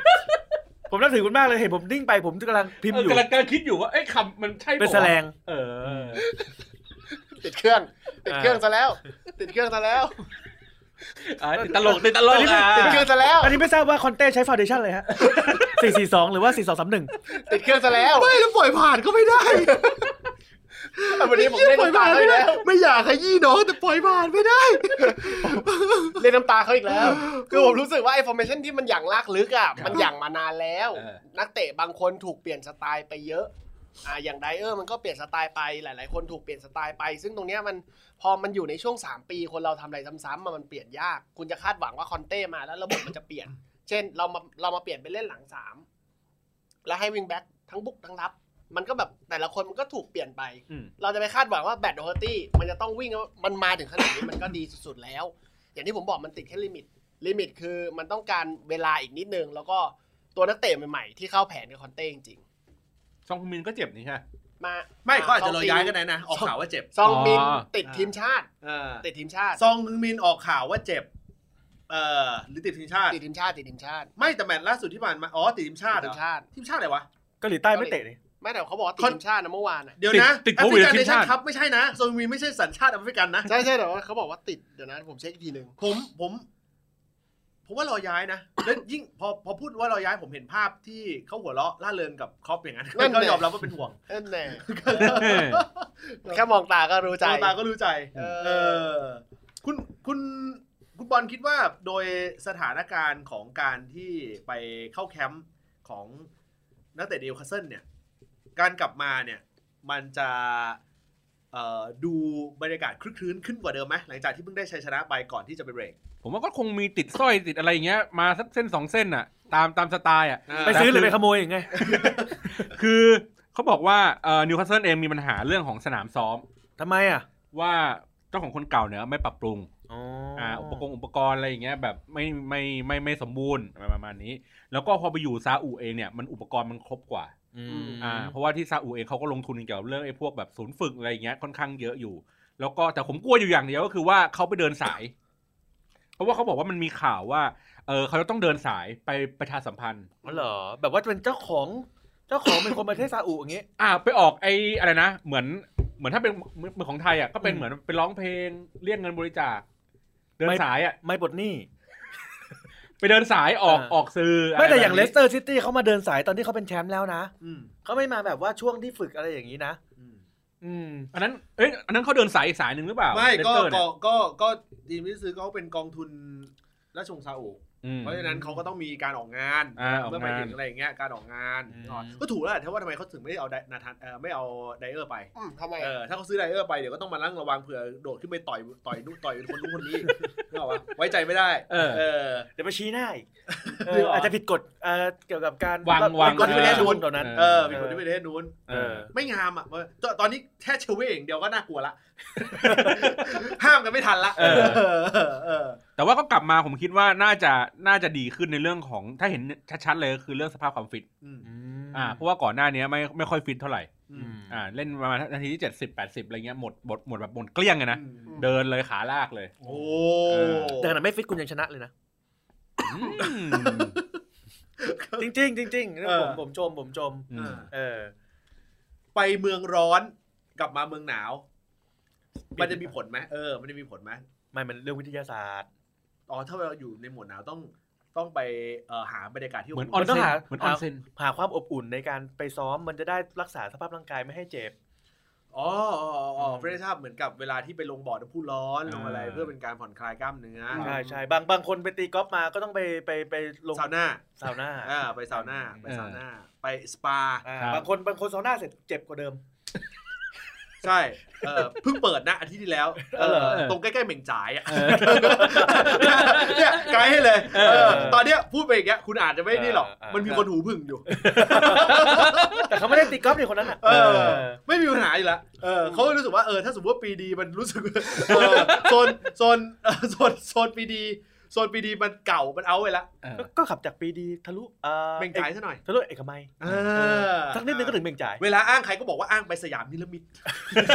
Speaker 5: ผมนับถือคุณมากเลย เห็นผมนิ่งไปผมกำลังพิมพ์
Speaker 2: เออ
Speaker 5: อยู่
Speaker 2: กำลังกำลังคิดอยู่ว่า เอ้ยคำมันใช่ปะ
Speaker 5: เป็นแสลง
Speaker 2: เออ
Speaker 4: ติดเครื่อง ติด
Speaker 5: อ่า
Speaker 4: เครื่องซะแล้ว ติดเครื่องซะแล้ว
Speaker 2: อ่ะติดตลกติดตลกอ่ะ
Speaker 4: ติดเครื่องซะแล้ว
Speaker 5: อันนี้ไม่ทราบว่าคอนเต้ใช้ฟาวเดชั่นเลยฮะ 442 หรือว่า 4231
Speaker 4: ติดเครื่องซะแล้ว
Speaker 1: ไม่แล้วปล่อยผ่านก็ไม่ได้
Speaker 4: วันนี้ผมเล่น
Speaker 1: ปล่อย
Speaker 4: น้ำตา
Speaker 1: ผ่านไม่ได้
Speaker 4: เขาอีกแล้ว
Speaker 1: ไม่อยากขยี้น้องแต่ปล่อยผ่านไม่ได้
Speaker 4: เล่นน้ำตาเขาอีก แล้ว คือผมรู้สึกว่าไอ้ formation ที่มันอย่างลากลึกอ่ะมันอย่างมานานแล้ว
Speaker 2: เออ
Speaker 4: นักเตะบางคนถูกเปลี่ยนสไตล์ไปเยอะอ่าอย่างไดเออร์มันก็เปลี่ยนสไตล์ไปหลาย ๆ คนถูกเปลี่ยนสไตล์ไป ซึ่งตรงเนี้ยมันพอมันอยู่ในช่วง 3 ปี คนเราทำอะไรซ้ำๆมามันเปลี่ยนยาก คุณจะคาดหวังว่าคอนเต้มาแล้วระบบมันจะเปลี่ยน เช่นเรามาเรามาเปลี่ยนไปเล่นหลังสามแล้วให้วิงแบ็คทั้งบุกทั้งรับ มันก็แบบแต่ละคนมันก็ถูกเปลี่ยนไป
Speaker 2: อืม
Speaker 4: เราจะไปคาดหวังว่าแบตโดเฮอร์ตี้มันจะต้องวิ่งแล้วมันมาถึงขนาดนี้มันก็ดีสุดๆแล้ว อย่างที่ผมบอกมันติดแค่ลิมิต ลิมิตคือมันต้องการเวลาอีกนิดนึง แล้วก็ตัวนักเตะใหม่ๆ ที่เข้าแผนกับคอนเต้จริง
Speaker 2: ซองคุมินก็เจ็บนี่ใช่ไหม
Speaker 4: ๆมา
Speaker 1: ไม่เขาอาจจะรอย้ายก็
Speaker 4: ได้
Speaker 1: ได้นะ ออกข่าวว่าเจ็บ
Speaker 4: ซองมิน
Speaker 2: อ๋อ
Speaker 4: ติดทีมชาติ
Speaker 1: เออ
Speaker 4: ติดทีมชาติ
Speaker 1: ซองฮึงมินออกข่าวว่าเจ็บ เออหรือติดทีมชาติ
Speaker 4: ติดทีมชาติติดทีมชาติ
Speaker 1: ไม่แต่แมตช์ล่าสุดที่ผ่านมา อ๋อติดทีมชาติ
Speaker 4: ติด
Speaker 1: เหรอ
Speaker 4: ทีมชาติ
Speaker 1: ทีมชาติอะไรวะ
Speaker 5: เกาหลีใต้ไม่เตะนี่
Speaker 4: ไม่แต่เขาบอกว่าติดทีมชาตินะเมื่อวาน อ่ะ
Speaker 1: เดี๋ยวนะ
Speaker 2: ติดติดโควิด
Speaker 1: แอฟริ
Speaker 2: ที
Speaker 1: กันเน
Speaker 2: มชาติ
Speaker 1: ชั่นครับไม่ใช่นะซองฮึงมินไม่ใช่สัญชาติแอฟริกันนะ
Speaker 4: ใช่ใช่แต่ว่าเขาบอกว่าติดเดี๋ยวนะผมเช็คอีกทีหนึ่ง
Speaker 1: ผมผมผมว่ารอย้ายนะ แล้วยิ่งพอพอพูดว่ารอย้ายผมเห็นภาพที่เขาหัวเราะล่าเริงกับคอปอย่างนั้นก็ยอมรับว่าเป็นห่วง
Speaker 4: เอนแน่
Speaker 2: เออ
Speaker 4: แค่มองตาก็รู้ใจ
Speaker 1: ตาตาก็รู้ใจ
Speaker 4: เออ
Speaker 1: เออ คุณคุณคุณบอลคิดว่าโดยสถานการณ์ของการที่ไปเข้าแคมป์ของนักเตะเดลคาสเซิลเนี่ย การกลับมาเนี่ย มันจะเอ่อดูบรรยากาศคลึกคลื้นขึ้นกว่าเดิมไหมหลังจากที่เพิ่งได้ชัยชนะไปก่อนที่จะไปเบรก
Speaker 2: ผมว่าก็คงมีติดสร้อยติดอะไรอย่างเงี้ยมาสักเส้นสองเส้นอ่ะ ตามตามสไตล์อ่ะ
Speaker 5: ไปซื้อหรือไปขโมยอย่างไง
Speaker 2: คือเขาบอกว่าเอ่อนิวคาสเซิลเองมีปัญหาเรื่องของสนามซ้อม
Speaker 5: ทำไมอ่ะ
Speaker 2: ว่าเจ้าของคนเก่าเนี่ยไม่ปรับปรุง
Speaker 5: อ๋อ
Speaker 2: อ่าอุปกรณ์อุปกรณ์อะไรอย่างเงี้ยแบบไม่ไม่ไม่ไม่สมบูรณ์อะไรประมาณนี้ แล้วก็พอไปอยู่ซาอุเองเนี่ยมันอุปกรณ์มันครบกว่า
Speaker 5: อืม
Speaker 2: อ่าเพราะว่าที่ซาอุเองเขาก็ลงทุนเกี่ยวกับเรื่องไอ้พวกแบบศูนย์ฝึกอะไรอย่างเงี้ยค่อนข้างเยอะอยู่ แล้วก็แต่ผมกลัวอยู่อย่างเดียวก็คือว่าเขาไปเดินสาย เพราะว่าเขาบอกว่ามันมีข่าวว่าเออเขาจะต้องเดินสายไปประชาสัมพันธ์
Speaker 5: อ๋อเหรอ แบบว่าเป็นเจ้าของ เจ้าของเป็นคนประเทศซาอุอย่างเงี้ย
Speaker 2: อ่าไปออกไอ้อะไรนะเหมือนเหมือนถ้าเป็นเหมือนของไทยอ่ะก็เป็น
Speaker 5: อืม
Speaker 2: เหมือนไปร้องเพลงเรียกเงินบริจาค เดินสายอ่ะ
Speaker 5: ไม่ปลดหนี้
Speaker 2: ไปเดินสายออก
Speaker 5: อ่า
Speaker 2: ออกสื่อ
Speaker 5: ไม่แต่อย่าง
Speaker 2: ะ
Speaker 5: เล
Speaker 2: ไรบบนี้
Speaker 5: สเตอร์ซิตี้เขามาเดินสายตอนที่เขาเป็นแชมป์แล้วนะ
Speaker 1: อืม
Speaker 5: เขาไม่มาแบบว่าช่วงที่ฝึกอะไรอย่างนี้นะ
Speaker 1: อืม
Speaker 5: อืม
Speaker 2: อันนั้นเอ้ยอันนั้นเขาเดินสายอีกสายหนึ่งหรือเปล่า
Speaker 1: ไม่ก็
Speaker 2: เลสเตอ
Speaker 1: ก็
Speaker 2: ร์เนี่ย
Speaker 1: ก็ก็ทีมที่ซื้อเขาเป็นกองทุน ราชวงศ์ซาอุ
Speaker 2: อืม
Speaker 1: เพราะฉะนั้นเขาก็ต้องมีการออกงาน
Speaker 2: อ่าออก
Speaker 1: เมื่อไป
Speaker 2: งาน
Speaker 1: ถึงอะไรอย่างเงี้ยการออกงาน
Speaker 2: อืม
Speaker 1: อ๋อก็ถูกแล้วแหละที่ว่าทำไมเขาถึงไม่เอาไดนาธานเออไม่เอาไดเออร์ไป
Speaker 4: อืมทำไม
Speaker 1: เออถ้าเขาซื้อไดเออร์ไปเดี๋ยวก็ต้องมาลั่งระวังเผื่อโดดขึ้นไปต่อยต่อยนู่นต่อยคนนู้น คนนี้นึกออกปะไว้ใจไม่ได้
Speaker 2: เออ
Speaker 1: เออ
Speaker 5: เดี๋ยวไปชี้หน้า อีกเอ
Speaker 1: เดี๋
Speaker 5: อ
Speaker 1: ยว
Speaker 5: อาจจะผิดกฎเอ่อเกี่ยวกับการ
Speaker 2: วางวาง
Speaker 5: กฎที่ไม่ได้รู้ตอนนั้น
Speaker 1: เออเป็นคนที่ไม่ได้นู้น
Speaker 2: เออ
Speaker 1: ไม่งามอ่ะเออตตอนนี้แค่เชเวอย่างเดียวก็น่ากลัวละ ห้ามกันไม่ทันละ
Speaker 2: เออ
Speaker 1: เออเออ
Speaker 2: แต่ว่าก็กลับมาผมคิดว่าน่าจะน่าจะดีขึ้นในเรื่องของถ้าเห็นชัดๆเลยก็คือเรื่องสภาพความฟิต
Speaker 1: อืม
Speaker 2: อ่าเพราะว่าก่อนหน้านี้ไม่ไม่ค่อยฟิตเท่าไหร่
Speaker 1: อืม
Speaker 2: อ่าเล่นประมาณนาทีที่เจ็ดสิบแปดสิบอะไรเงี้ยหมดหมดหมดแบบหมดเกลี้ยงเลยนะ
Speaker 1: อืม
Speaker 2: เดินเลยขาลากเลย
Speaker 1: โอ้
Speaker 2: เออ
Speaker 5: แต่ขนาดไม่ฟิตคุณยังชนะเลยนะ จริงๆจริงๆผมผมชมผมชม
Speaker 2: อื
Speaker 1: เอ
Speaker 2: ม
Speaker 1: อ
Speaker 5: เออ
Speaker 1: ไปเมืองร้อน กลับมาเมืองหนาว มันจะมีผลไหมเออ มันจะมีผลไหม
Speaker 5: ไม่มันเรื่องวิทยาศาสตร์
Speaker 1: อ๋อถ้าเราอยู่ในหมวดหนาวต้องต้องไปเอ่อหาบรรยากาศที่
Speaker 2: เหมือนอ
Speaker 1: อ
Speaker 2: อน น
Speaker 5: มันต้
Speaker 2: เซ
Speaker 5: อ
Speaker 2: น
Speaker 5: งหา
Speaker 2: เหมือนออนเซน
Speaker 5: หาความอบอุ่นในการไปซ้อมมันจะได้รักษาสภาพร่างกายไม่ให้เจ็บ
Speaker 1: อ๋ออ๋ออ๋อเฟรชอัพเหมือนกับเวลาที่ไปลงบ่อน้ำพุร้อนลงอะไรเพื่อเป็นการผ่อนคลายกล้ามเนื้อ
Speaker 5: ใช่ใช่บางบางคนไปตีกอล์ฟมาก็ต้องไปไปไปลง
Speaker 1: ซาวน่า
Speaker 5: ซาวน่า
Speaker 1: อ่าไปซาวน่าไปซาวน่าไปสปา
Speaker 5: อ่าบางคนบางคนซาวน่าเสร็จเจ็บกว่าเดิม
Speaker 1: ใช่เออเพิ่งเปิดนะอาทิตย์ที่แล้วเอ
Speaker 5: เออเหร
Speaker 1: อ
Speaker 5: อ
Speaker 1: ตรงใกล้ๆเหม่งจ่ายอะ
Speaker 2: เออ
Speaker 1: เนี่ยไกด์ให้เลยเอ
Speaker 2: เอ
Speaker 1: อ
Speaker 2: อ
Speaker 1: ตอนเนี้ยพูดไปอย่างเงี้ยคุณอาจจะไม่นี่หรอก
Speaker 5: เออ
Speaker 1: มันมีคนหูพึ่งอยู่
Speaker 5: แต่เขาไม่ได้ตีกอล์ฟในคนนั้นอ่ะ
Speaker 1: เออ ไม่มีปัญหาอยู่และเออเขารู้สึกว่าเออถ้าสมมติว่าปีดีมันรู้สึกเออโซนโซนเออโซนโซนปีดีโซนปีดีมันเก่ามันเอาไปละ
Speaker 2: เออ
Speaker 5: ก็ก็ขับจากปีดีทะลุเอ่อ
Speaker 1: เหม่งจ่ายซะหน่อย
Speaker 5: ทะลุเอกมัย
Speaker 1: เออ
Speaker 5: สักนิดนึงก็ถึงเมงจ่าย
Speaker 1: เวลาอ้างใครก็บอกว่าอ้างไปสยามนิรมิต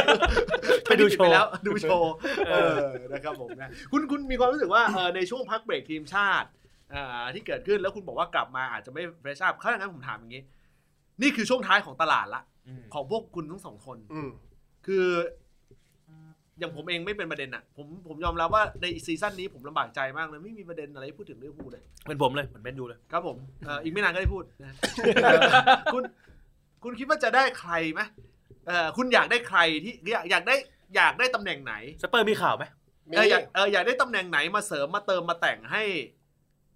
Speaker 5: ไปดูโชว์
Speaker 1: ปแล้วดูโชว์ เออ นะครับผมนะ คุณ คุณมีความรู้สึกว่าเออในช่วงพักเบรกทีมชาติอ่าที่เกิดขึ้นแล้วคุณบอกว่ากลับมาอาจจะไม่เฟรชอัพเขาอย่างนั้นผมถามอย่างนี้ นี่คือช่วงท้ายของตลาดละ ของพวกคุณทั้งสองคน
Speaker 4: อืม
Speaker 1: คืออย่างผมเองไม่เป็นประเด็นอะผม ผมยอมรับว่าในซีซั่นนี้ผมลำบากใจมากเลยไม่มีประเด็นอะไรพูดถึงลิเรื่องพูดเลย
Speaker 5: เป็นผมเลยเหมือนแมนยูเลย
Speaker 1: ครับผมเอ่ออีกไม่นานก็ได้ พูดนะ เอ่อคุณ คุณคิดว่าจะได้ใครไหมเออคุณอยากได้ใครที่อยากอยากได้อยากได้ตำแหน่งไหน
Speaker 5: สเปอร์มีข่าวไหม
Speaker 4: มี
Speaker 1: เอออยากเอออยากได้ตำแหน่งไหนมาเสริมมาเติมมาแต่งให้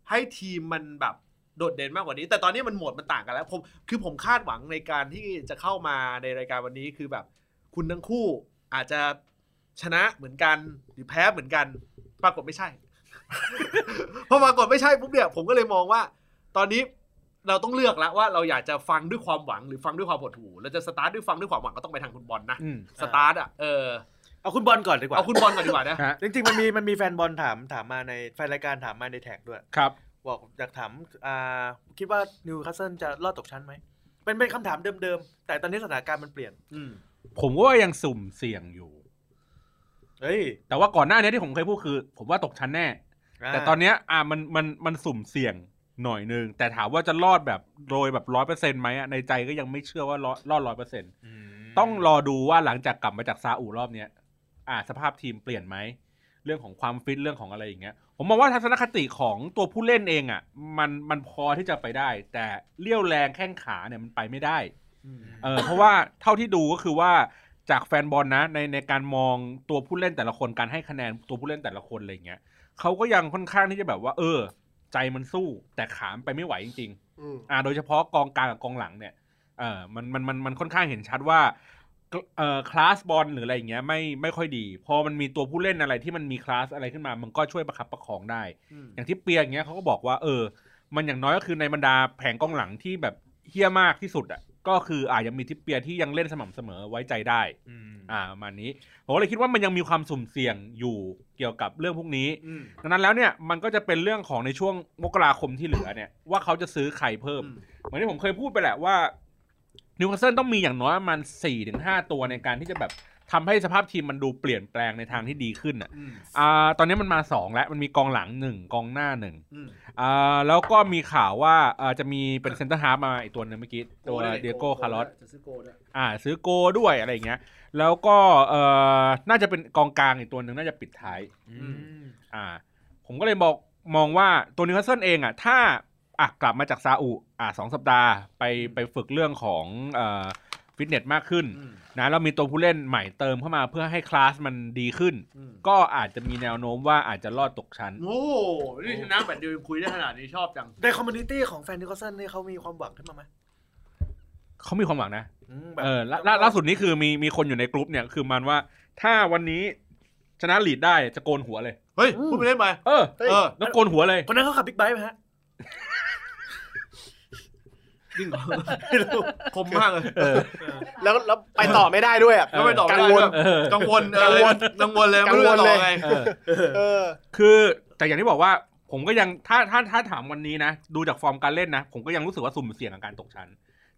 Speaker 1: ให้ทีมมันแบบโดดเด่นมากกว่านี้ แต่ตอนนี้มันโหมดมันต่างกันแล้ว ผมคือผมคาดหวังในการที่จะเข้ามาในรายการวันนี้คือแบบ คุณทั้งคู่อาจจะชนะเหมือนกันหรือแพ้เหมือนกัน ปรากฏไม่ใช่ พอปรากฏไม่ใช่ปุ๊บเนี่ยผมก็เลยมองว่า ตอนนี้เราต้องเลือกแล้วว่าเราอยากจะฟังด้วยความหวังหรือฟังด้วยความหดหู่เราจะสตาร์ทด้วยฟังด้วยความหวังก็ต้องไปทางคุณบอลนะ
Speaker 2: อืม
Speaker 1: สตาร์ทอ่ะเออ
Speaker 5: เอาคุณบอลก่อนดีกว่า
Speaker 1: เอาคุณบอลก่อนดีกว่านะ
Speaker 2: ฮะ
Speaker 5: จริงๆมันมีมันมีแฟนบอลถามถามมาในแฟนรายการถามมาในแท็กด้วย
Speaker 2: ครับ
Speaker 5: บอกอยากถามอ่าคิดว่านิวคาสเซิลจะรอดตกชั้นไหม เป็นเป็นคำถามเดิมๆ แต่ตอนนี้สถานการณ์มันเปลี่ยน
Speaker 1: อืม
Speaker 2: ผมก็ว่ายังสุ่มเสี่ยงอยู่
Speaker 5: เฮ้ย
Speaker 2: แต่ว่าก่อนหน้านี้ที่ผมเคยพูดคือ ผมว่าตกชั้นแน่ แต่ตอนเนี้ยอ่ะมันมันมันสุ่มเสี่ยงหน่อยนึงแต่ถามว่าจะรอดแบบโดยแบบร้อยเปอร์เซ็นต์ไหมอ่ะในใจก็ยังไม่เชื่อว่ารอดรอดร้อยเปอร์เซ็นต์ต้องรอดูว่าหลังจากกลับมาจากซาอุรอบเนี้ยอ่ะสภาพทีมเปลี่ยนไหมเรื่องของความฟิตเรื่องของอะไรอย่างเงี้ย ผมมองว่าทัศนคติของตัวผู้เล่นเองอ่ะ มันมันพอที่จะไปได้ แต่เลี้ยวแรงแข้งขาเนี่ยมันไปไม่ได้ เออเพราะว่าเท่าที่ดูก็คือว่าจากแฟนบอลนะในในการมองตัวผู้เล่นแต่ละคนการให้คะแนนตัวผู้เล่นแต่ละคนอะไรอย่างเงี้ยเขาก็ยังค่อนข้างที่จะแบบว่า เออ ใจมันสู้แต่ขามนไปไม่ไหวจริง
Speaker 4: อืม
Speaker 2: ๆอ่าโดยเฉพาะกองกลางกับกองหลังเนี่ยเออมันมันมันมันค่อนข้างเห็นชัดว่าเออคลาสบอลหรืออะไรอย่างเงี้ยไม่ไม่ค่อยดี พอมันมีตัวผู้เล่นอะไรที่มันมีคลาสอะไรขึ้นมา มันก็ช่วยประคับประคองได้ อย่างที่เปียอย่างเงี้ยเขาก็บอกว่าเออ มันอย่างน้อยก็คือในบรรดาแผงกองหลังที่แบบเฮี้ยมากที่สุดอ่ะก็คืออาจจะมีทิปเปียที่ยังเล่นสม่ำเสมอไว้ใจได้ อ่าประมาณนี้ผมก็เลยคิดว่ามันยังมีความสุ่มเสี่ยงอยู่เกี่ยวกับเรื่องพวกนี้
Speaker 1: อืม
Speaker 2: ดังนั้นแล้วเนี่ยมันก็จะเป็นเรื่องของในช่วงมกราคมที่เหลือเนี่ยว่าเขาจะซื้อใครเพิ่ม
Speaker 1: อืม
Speaker 2: เหมือนที่ผมเคยพูดไปแหละว่านิวคาสเซิลต้องมีอย่างน้อยประมาณ4ี่ถึงห้าตัวในการที่จะแบบทำให้สภาพทีมมันดูเปลี่ยนแปลงในทางที่ดีขึ้นอ่ะ
Speaker 1: อืม
Speaker 2: อ่าตอนนี้มันมาสองแล้วมันมีกองหลังหนึ่งกองหน้าหนึ่ง
Speaker 1: อืม
Speaker 2: อ่าแล้วก็มีข่าวว่าเอ่อจะมีเป็นเซนเตอร์ฮาร์ฟมาอีกตัวหนึงเมื่อกี้ตัวเดียโก้คาร์ลอส
Speaker 1: จะซื้อโกด้วย
Speaker 2: อ่าซื้อโกด้วยอะไรอย่างเงี้ย แล้วก็เอ่อน่าจะเป็นกองกลางอีกตัวหนึ่งน่าจะปิดท้ายอ่า ผมก็เลยบอกมองว่าตัวนิวคาสเซิลเองอ่ะถ้าอ่ะกลับมาจากซาอุอ่าสองสัปดาห์ไปไปฝึกเรื่องของเอ่อ ฟิตเนสมากขึ้น
Speaker 1: อืม
Speaker 2: นะเรามีตัวผู้เล่นใหม่เติมเข้ามาเพื่อให้คลาสมันดีขึ้น
Speaker 1: อืม
Speaker 2: ก็อาจจะมีแนวโน้มว่าอาจจะรอดตกชั้น
Speaker 1: โอ้โหนี่ชนะแบบเดียวยังคุยได้ขนาดนี้ชอบจัง
Speaker 5: ในคอมมูนิตี้ของแฟนนิวคาสเซิลนี่เขามีความหวังขึ้นมาไหม
Speaker 2: เขามีความหวังนะ
Speaker 5: อืมแบบ
Speaker 2: เออล่าล่าล่าสุดนี้คือมีมีคนอยู่ในกลุ่มเนี่ยคือมันว่าถ้าวันนี้ชนะลีดได้จะโกนหัวเลย
Speaker 1: เฮ้ยพูดไปเล่นไป
Speaker 2: เออ
Speaker 1: เออ
Speaker 2: แล้วโกนหัวเลย
Speaker 5: คนนั้นเขาขับบิ๊กไบค์ไหมฮะ
Speaker 1: ดิ้งเหรอไม่รู้คมมากเลย
Speaker 4: แล้วแล้วไปต่อไม่ได้ด้วยอ่ะ
Speaker 1: แล้วไปต่อไม่
Speaker 4: กั
Speaker 1: ได้
Speaker 4: ว
Speaker 1: ด้ว
Speaker 4: ล
Speaker 1: ยกังวลเออกังวลเลยไม่รู้จะต่อไง
Speaker 2: เออ
Speaker 4: เออ
Speaker 2: คือแต่อย่างที่บอกว่าผมก็ยังถ้าถ้าถ้าถามวันนี้นะ ดูจากฟอร์มการเล่นนะ ผมก็ยังรู้สึกว่าสุ่มเสี่ยงกับการตกชั้น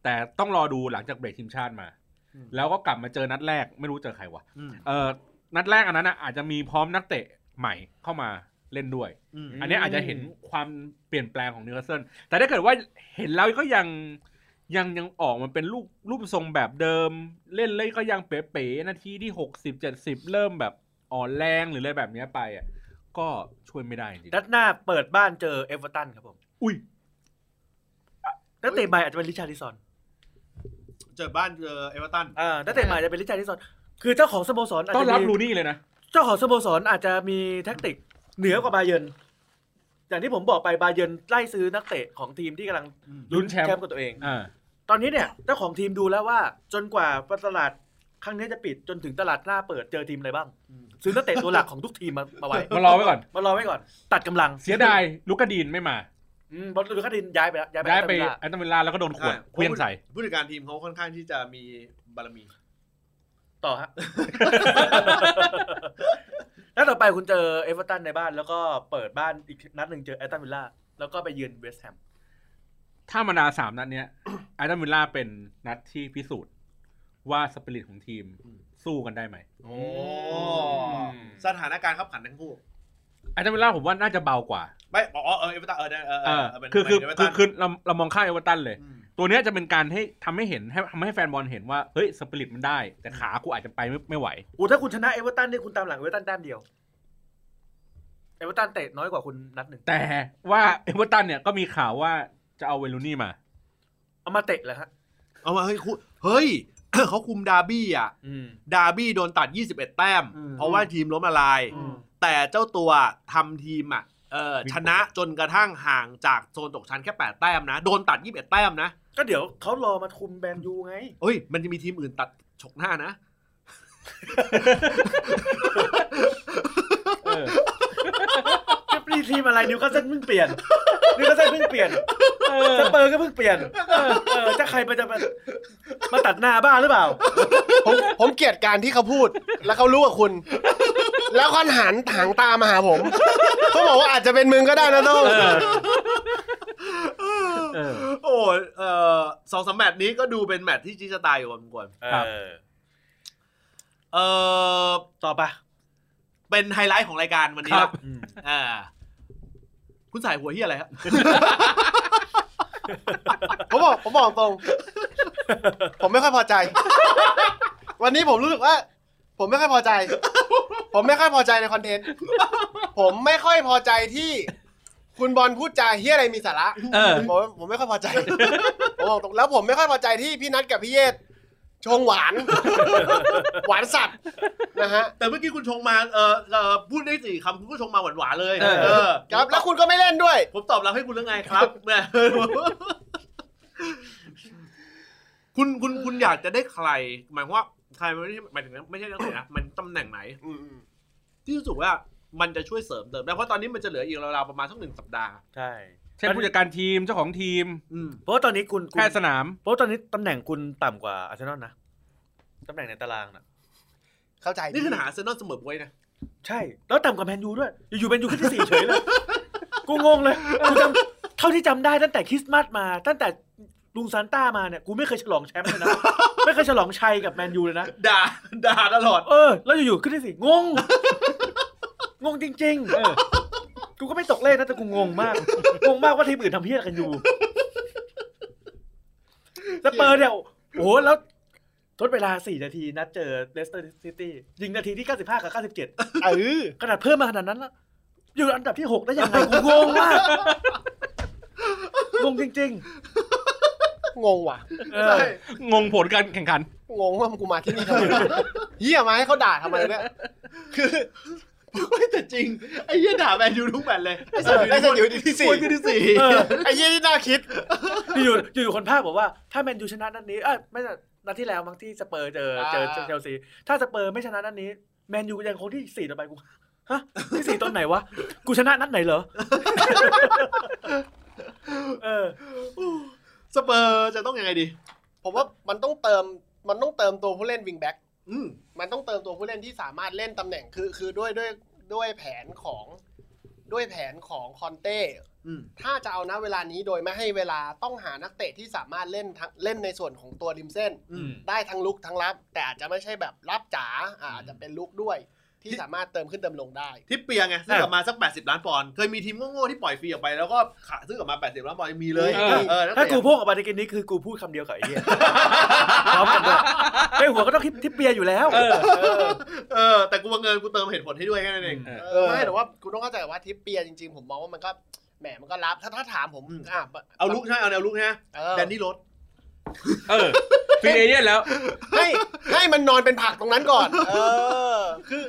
Speaker 2: แต่ต้องรอดูหลังจากเบรกทีมชาติมา
Speaker 1: อืม
Speaker 2: แล้วก็กลับมาเจอนัดแรกไม่รู้เจอใครวะ
Speaker 1: อืม
Speaker 2: เออนัดแรกอันนั้นนะอาจจะมีพร้อมนักเตะใหม่เข้ามาเล่นด้วย
Speaker 1: อืม
Speaker 2: อันนี้อาจจะเห็นความเปลี่ยนแปลงของนิวคาสเซิลแต่ถ้าเกิดว่าเห็นแล้วก็ยังยังยังออกมันเป็นรูปรูปทรงแบบเดิม เล่นเล่นก็ยังเป๋ๆนาทีที่หกสิบเจ็ดสิบเริ่มแบบอ่อนแรงหรืออะไรแบบเนี้ยไปอ่ะก็ช่วยไม่ได้จริง
Speaker 5: นัดหน้าเปิดบ้านเจอเอเวอร์ตันครับผม
Speaker 2: อุ้ย
Speaker 5: นักเตะใหม่อาจจะเป็นริชาร์ลิสัน
Speaker 1: เจอบ้านเจอเอเวอร์ตัน
Speaker 5: อ่านักเตะใหม่อาจจะเป็นริชาร์ลิสันคือเจ้าของสโมสรอาจ
Speaker 2: ต้อน
Speaker 5: จะ
Speaker 2: รับ
Speaker 5: มี
Speaker 2: รูนี่เลยนะ
Speaker 5: เจ้าของสโมสรอาจจะมีแท็กติกเหนือกว่าบาเยิร์นอย่างที่ผมบอกไปบาเยิร์นไล่ซื้อนักเตะของทีมที่กำลัง
Speaker 1: อืม
Speaker 2: ลุ้นแชมป์
Speaker 5: กับตัวเอง
Speaker 2: อ่า
Speaker 5: ตอนนี้เนี่ยเจ้าของทีมดูแล้วว่า จนกว่าตลาดครั้งนี้จะปิดจนถึงตลาดหน้าเปิดเจอทีมอะไรบ้าง ซื้อนักเตะตัวหลักของทุกทีมมามาไว้
Speaker 2: มารอไว้ก่อน
Speaker 5: มารอไว้ก่อน ตัดกำลัง
Speaker 2: เสียดายลูกกระดีนไม่มา
Speaker 5: อืมบอลลูคัสดินย้ายไปแล้วย้ายไป
Speaker 2: ย้ายไป
Speaker 5: แอสตันวิลล่า
Speaker 2: แอนตันวิลลาแล้วก็โดนขวด
Speaker 1: อ่า
Speaker 2: เควียงใส่
Speaker 1: ผู้จัดการทีมเขาค่อนข้างที่จะมีบารมี
Speaker 5: ต่อฮะ แล้วต่อไปคุณเจอเอเวอร์ตันในบ้าน แล้วก็เปิดบ้านอีกนัดหนึ่งเจอแอสตันวิลล่าแล้วก็ไปเยือนเวสต์แฮม
Speaker 2: ถ้ามาดาสามนัดเนี้ย แอนตันวิลลาเป็นนัดที่พิสูจน์ว่าสปิริตของทีม
Speaker 1: อืม
Speaker 2: สู้กันได้ไหม
Speaker 1: โอ้สถานการณ์ขับขันทั้งคู่
Speaker 2: แอนตันวิลล่าผมว่าน่าจะเบากว่า
Speaker 1: ไม่บอกอ๋อเออเอเวอร์ตันเออได้เออเอ
Speaker 2: เอ
Speaker 1: อ
Speaker 2: อ
Speaker 1: เเป็น
Speaker 2: คือคือ
Speaker 1: เวร์
Speaker 2: คื
Speaker 1: ตั
Speaker 2: อน คือเราเรามองข้ามเอเวอร์ตันเลย
Speaker 1: ม
Speaker 2: ตัวเนี้ยจะเป็นการให้ทำให้เห็นให้ทำให้แฟนบอลเห็นว่า เฮ้ย สปิริตมันได้ แต่ขากูอาจจะไปไม่ไม่ไหว
Speaker 5: โอ้ถ้าคุณชนะเอเวอร์ตันนี่คุณตามหลังเอเวอร์ตันแต้มเดียว เอเวอร์ตันเตะน้อยกว่าคุณนัดหนึ่ง
Speaker 2: แต่ว่าเอเวอร์ตันเนี่ยก็มีข่าวว่าจะเอาเวลูนี่มา
Speaker 5: เอามาเตะเลยฮะ
Speaker 1: เอามาเฮ้ยคู่เฮ้ย เขาคุมดาร์บี้อ่ะ
Speaker 5: อืม
Speaker 1: ดาร์บี้โดนตัด 21 แต้ม
Speaker 5: อืม
Speaker 1: เพราะว่าทีมล้มละลาย แต่เจ้าตัวทำทีมอ่ะเออชนะจนกระทั่งห่างจากโซนตกชั้นแค่ 8 แต้มนะ โดนตัด 21 แต้มนะ
Speaker 5: ก็เดี๋ยวเขารอมาคุมแบนยูไง
Speaker 1: เอ้ย มันจะมีทีมอื่นตัดฉกหน้านะ
Speaker 2: เออ
Speaker 5: จะปรีทีมอะไรนิวคาสเซิลเพิ่งเปลี่ยนนิวคาสเซิลเพิ่งเปลี่ยน
Speaker 2: เออ
Speaker 5: สเปอร์ก็เพิ่งเปลี่ยนเออถ้าใครไปจะมามาตัดหน้าบ้าหรือเปล่า
Speaker 4: ผมผมเกลียดการที่เขาพูด แล้วเขารู้ว่าคุณ แล้วเขาหันหางตามาหาผมเขาบอกว่าอาจจะเป็นมึงก็ได้นะโต้ง
Speaker 2: เออ
Speaker 1: โอ้เออสองสามแมตช์นี้ก็ดูเป็นแมตช์ที่ชี้ชะตาอยู่พอสมควร
Speaker 3: เอ
Speaker 2: ครับ
Speaker 3: อ
Speaker 1: เออ
Speaker 5: ต่อไป
Speaker 1: เป็นไฮไลท์ของรายการวันนี้
Speaker 2: ค
Speaker 1: ค
Speaker 2: รั
Speaker 1: รับ บอ่าคุณสายหัวเฮียอะไรครับ
Speaker 4: ผมบอกผมบอกตรง ผมไม่ค่อยพอใจ วันนี้ผมรู้สึกว่า ผมไม่ค่อยพอใจ ผมไม่ค่อยพอใจในคอนเทนต์ผมไม่ค่อยพอใจที่ คุณบอลพูดจาเฮี้ยอะไรมีสาระ
Speaker 2: เออ
Speaker 4: ผมผมไม่ค่อยพอใจ ผมบอกตรงแล้วผมไม่ค่อยพอใจที่พี่นัทกับพี่เยศชงหวาน หวานสัตว์นะฮะ
Speaker 1: แต่เมื่อกี้คุณชงมาเออเออพูดได้สี่คำคุณก็ชงมาหวานๆเลย
Speaker 2: เออ
Speaker 1: เออ
Speaker 4: ครับแล้วคุณก็ไม่เล่นด้วย
Speaker 1: ผมตอบรับให้คุณแล้วไง ครับแหมคุณคุณคุณอยากจะได้ใคร หมายความว่าใครไม่ใช่หมายถึงไม่ใช่นักเตะนะมันตำแหน่งไหน
Speaker 4: อืม
Speaker 1: ที่รู้สึกว่ามันจะช่วยเสริมเติมได้เพราะตอนนี้มันจะเหลืออีกราวๆประมาณสักหนึ่งสัปดาห์
Speaker 5: ใช่
Speaker 2: เช่นผู้จัดการทีมเจ้าของทีม
Speaker 1: อืม
Speaker 5: เพราะว่าตอนนี้คุณคุ
Speaker 2: แพ
Speaker 5: ณ
Speaker 2: ทย์สนาม
Speaker 5: เพราะว่าตอนนี้ตำแหน่งคุณต่ำกว่าอาร์เซนอลนะ ตำแหน่งในตารางนะ
Speaker 4: ๆเข้าใจ
Speaker 1: นี่คือหาเซนนอนเสมอไว้นะ
Speaker 5: ใช่ แล้วต่ำกว่าแมนยูด้วย อยู่ๆแมนยูขึ้นที่สี่เฉยเลย กูงงเลยกูจำเท่าที่จำได้ตั้งแต่คริสต์มาสมา ตั้งแต่ลุงซานต้ามาเนี่ย กูไม่เคยฉลองแชมป์เลยนะ ไม่เคยฉลองชัยกับแมนยูเลยนะ
Speaker 1: ด่า ด่าตลอด
Speaker 5: เออ แล้วอยู่ๆขึ้นที่สี่ง ง งงจริง
Speaker 2: เออ
Speaker 5: ๆ กูก็ไม่ตกเลขนะแต่กูงงมาก งงมากว่าทีมอื่นทำเพี้ยอะไรกันอยู่สเปอร์เนี่ยโอ้โหแล้วทดเวลา 4 นาทีนัดเจอเลสเตอร์ซิตี้ยิงนาทีที่ 95 กับ
Speaker 4: เออ
Speaker 5: 97 ขนาดเพิ่มมาขนาดนั้นแล้วอยู่อันดับที่ 6 ได้ยังไงกูงงมาก งงจริง ๆ
Speaker 4: งงว่ะ
Speaker 5: เออ
Speaker 1: ใช่
Speaker 2: งงผลการแข่งขัน
Speaker 4: งงว่ากูมาที่นี่ทำไมเฮียมาให้เขาด่าทำไมเนี่ย
Speaker 1: คือไม่แต่จริง ไอ้เหี้ยด่าแมนยูทุกแมตช์เลยไอ้
Speaker 4: ไอ้
Speaker 1: สั
Speaker 4: สั
Speaker 1: ต
Speaker 4: ต
Speaker 1: ว์อ
Speaker 4: ว์อยู่ ยู่
Speaker 1: ดี
Speaker 4: ที่อยู่ที่
Speaker 1: คนที่
Speaker 4: สี่
Speaker 1: สี่
Speaker 5: เออ
Speaker 4: ไอ้เฮียนี่น่าคิด
Speaker 5: อยู่อยู่อยู่คนภาคบอกว่า ถ้าแมนยูชนะนัดนี้เอ้ยไม่ใช่นัดที่แล้วมั้งที่สเปอร์เจอเจอ
Speaker 4: อ่า
Speaker 5: เชลซีถ้าสเปอร์ไม่ชนะนัดนี้ แมนยูยังคงที่สี่ต่อไปกูฮะที่สี่ตอนไหนวะกูชนะนัดไหนเหรอ เออ
Speaker 1: สเปอร์จะต้องยังไงดี
Speaker 4: ผมว่ามันต้องเติมมันต้องเติมตัวผู้เล่นวิงแบ็ก
Speaker 1: อืม
Speaker 4: มันต้องเติมตัวผู้เล่นที่สามารถเล่นตำแหน่งคือคือด้วยด้วยด้วยแผนของด้วยแผนของคอนเต้
Speaker 1: อืม
Speaker 4: ถ้าจะเอานะเวลานี้โดยไม่ให้เวลาต้องหานักเตะที่สามารถเล่นทั้งเล่นในส่วนของตัวริมเส้น
Speaker 1: อืม
Speaker 4: ได้ทั้งลุกทั้งรับ แต่อาจจะไม่ใช่แบบรับจ๋าอ่าอาจจะเป็นลุกด้วย ที่สามารถเติมขึ้นเติมลงได้
Speaker 1: ทิปเปียไงซื้อกลับมาสัก 80 ล้านปอนด์เคยมีทีมโง่ๆที่ปล่อยฟรีออกไปแล้วก็ขายซื้อกลับมา 80 ล้านปอนด์ยังมีเลย
Speaker 2: เออ
Speaker 1: เออนั
Speaker 5: ถ้า
Speaker 1: เตะ
Speaker 5: กูพูดออกมาในเกมนี้คือกูพูดคำเดียวกับไอ้เหี้ยพร้อมกันด้วยไอ้หัวก็ต้องคิดทิปเปียร์อยู่แล้ว
Speaker 2: เออ
Speaker 1: เออแต่กูบังเงินกูเติมเหตุผลให้ด้วยแค่นั้นเอง
Speaker 2: อืม
Speaker 4: เออไม่แต่ว่าคุณต้องเข้าใจว่าทิปเปียจริงๆ ผมมองว่ามันก็แหมมันก็รับถ้าถ้าถามผม
Speaker 1: อืม
Speaker 4: อ่ะ
Speaker 1: เอาลุกใช่ไหมเอาแนวลุกฮะ
Speaker 4: เออ
Speaker 1: แดนนี่รถ
Speaker 2: เออฟรีเอเย่นแล้ว
Speaker 4: ให้ให้มันนอนเป็นผักตรงนั้นก่อน เออ คือ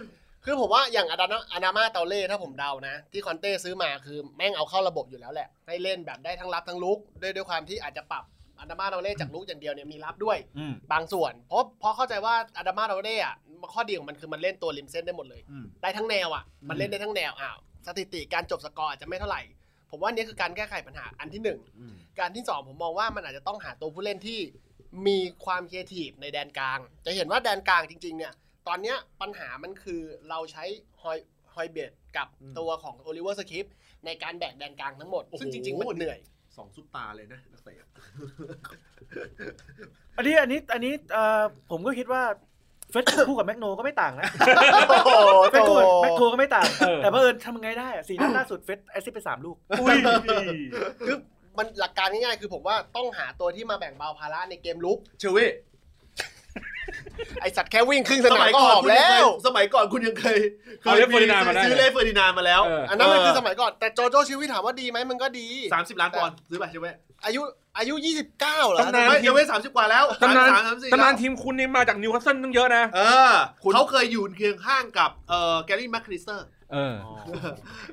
Speaker 4: คือผมว่าอย่างอาดานาอานามาเตาเล่ถ้าผมเดานะ ที่คอนเต้ซื้อมาคือแม่งเอาเข้าระบบอยู่แล้วแหละ ให้เล่นแบบได้ทั้งรับทั้งลุกด้วยด้วยความที่อาจจะปรับอานามาเตาเล่จากลุกอย่างเดียวเนี่ยมีรับด้วย
Speaker 2: อืม
Speaker 4: บางส่วน เพราะเพราะเข้าใจว่าอาดามาเตาเล่อะข้อดีของมันคือมันเล่นตัวริมเส้นได้หมดเลย
Speaker 1: อืม
Speaker 4: ได้ทั้งแนวอ่ะ มัน
Speaker 1: อืม
Speaker 4: เล่นได้ทั้งแนวอ้าวสถิติการจบสกอร์อาจจะไม่เท่าไหร่ ผมว่าอันนี้คือการแก้ไขปัญหาอันที่หนึ่ง
Speaker 1: อืม
Speaker 4: การที่สองผมมองว่ามันอาจจะต้องหาตัวผู้เล่นที่มีความครีเอทีฟในแดนกลาง จะเห็นว่าแดนกลางจริง ๆ เนี่ย ตอนเนี้ยปัญหามันคือเราใช้ฮอยฮอยเบดกับตัวของโอลิเวอร์สคริปในการแบกแดนกลางทั้งหมด ซึ่งจริงๆมันเหนื่อย
Speaker 1: สองซุปตาเลยนะนักเตะ
Speaker 5: อันนี้อันนี้อันนี้เอ่อผมก็คิดว่าเฟสคู่กับแมกโนก็ไม่ต่าง นะ
Speaker 4: โอ้โห
Speaker 5: เฟสคู่กับแมกโนก็ไม่ต่าง
Speaker 2: เออ
Speaker 5: แต่เพอเอิญทำไงได้อะสี่นัดล่าสุดเฟสแอสซิสต์ไปสามลูก
Speaker 2: อุ้ย
Speaker 4: คือมันหลักการง่ายๆคือผมว่าต้องหาตัวที่มาแบ่งเบาภาระในเกมลุก
Speaker 1: เชวี่
Speaker 4: ไอสัตว์แค่วิ่งครึ่งสนามก็หอบ
Speaker 1: คุณยัง
Speaker 4: แล้
Speaker 1: เคยว สมัยก่อนคุณยังเคย
Speaker 2: เอาเลฟเฟอร์ดินานด์มาได้
Speaker 1: ซื้อเลฟเฟอร์ดินานด์มาแล้ว
Speaker 2: เออ
Speaker 4: อันนั้นมันคือสมัยก่อน แต่จอโจชิวิตถามว่าดีไหมมันก็ดี
Speaker 1: สามสิบล้านปอนด์ซื้อไปเชเว่
Speaker 4: อายุอายุ 29เหรอ
Speaker 2: ตำนาน
Speaker 1: ไม่เชเว่สามสิบกว่าแล้ว
Speaker 2: ตำนาน
Speaker 1: สมสามสี่
Speaker 2: ตำนาน
Speaker 1: แล้ว
Speaker 2: ทีมคุณนี่มาจากนิวคาสเซิลตั้งเยอะนะ
Speaker 1: เออเขาเคยอยู่เคียงข้างกับเอ่อแกรี่แมคคริสเตอร์
Speaker 2: เออ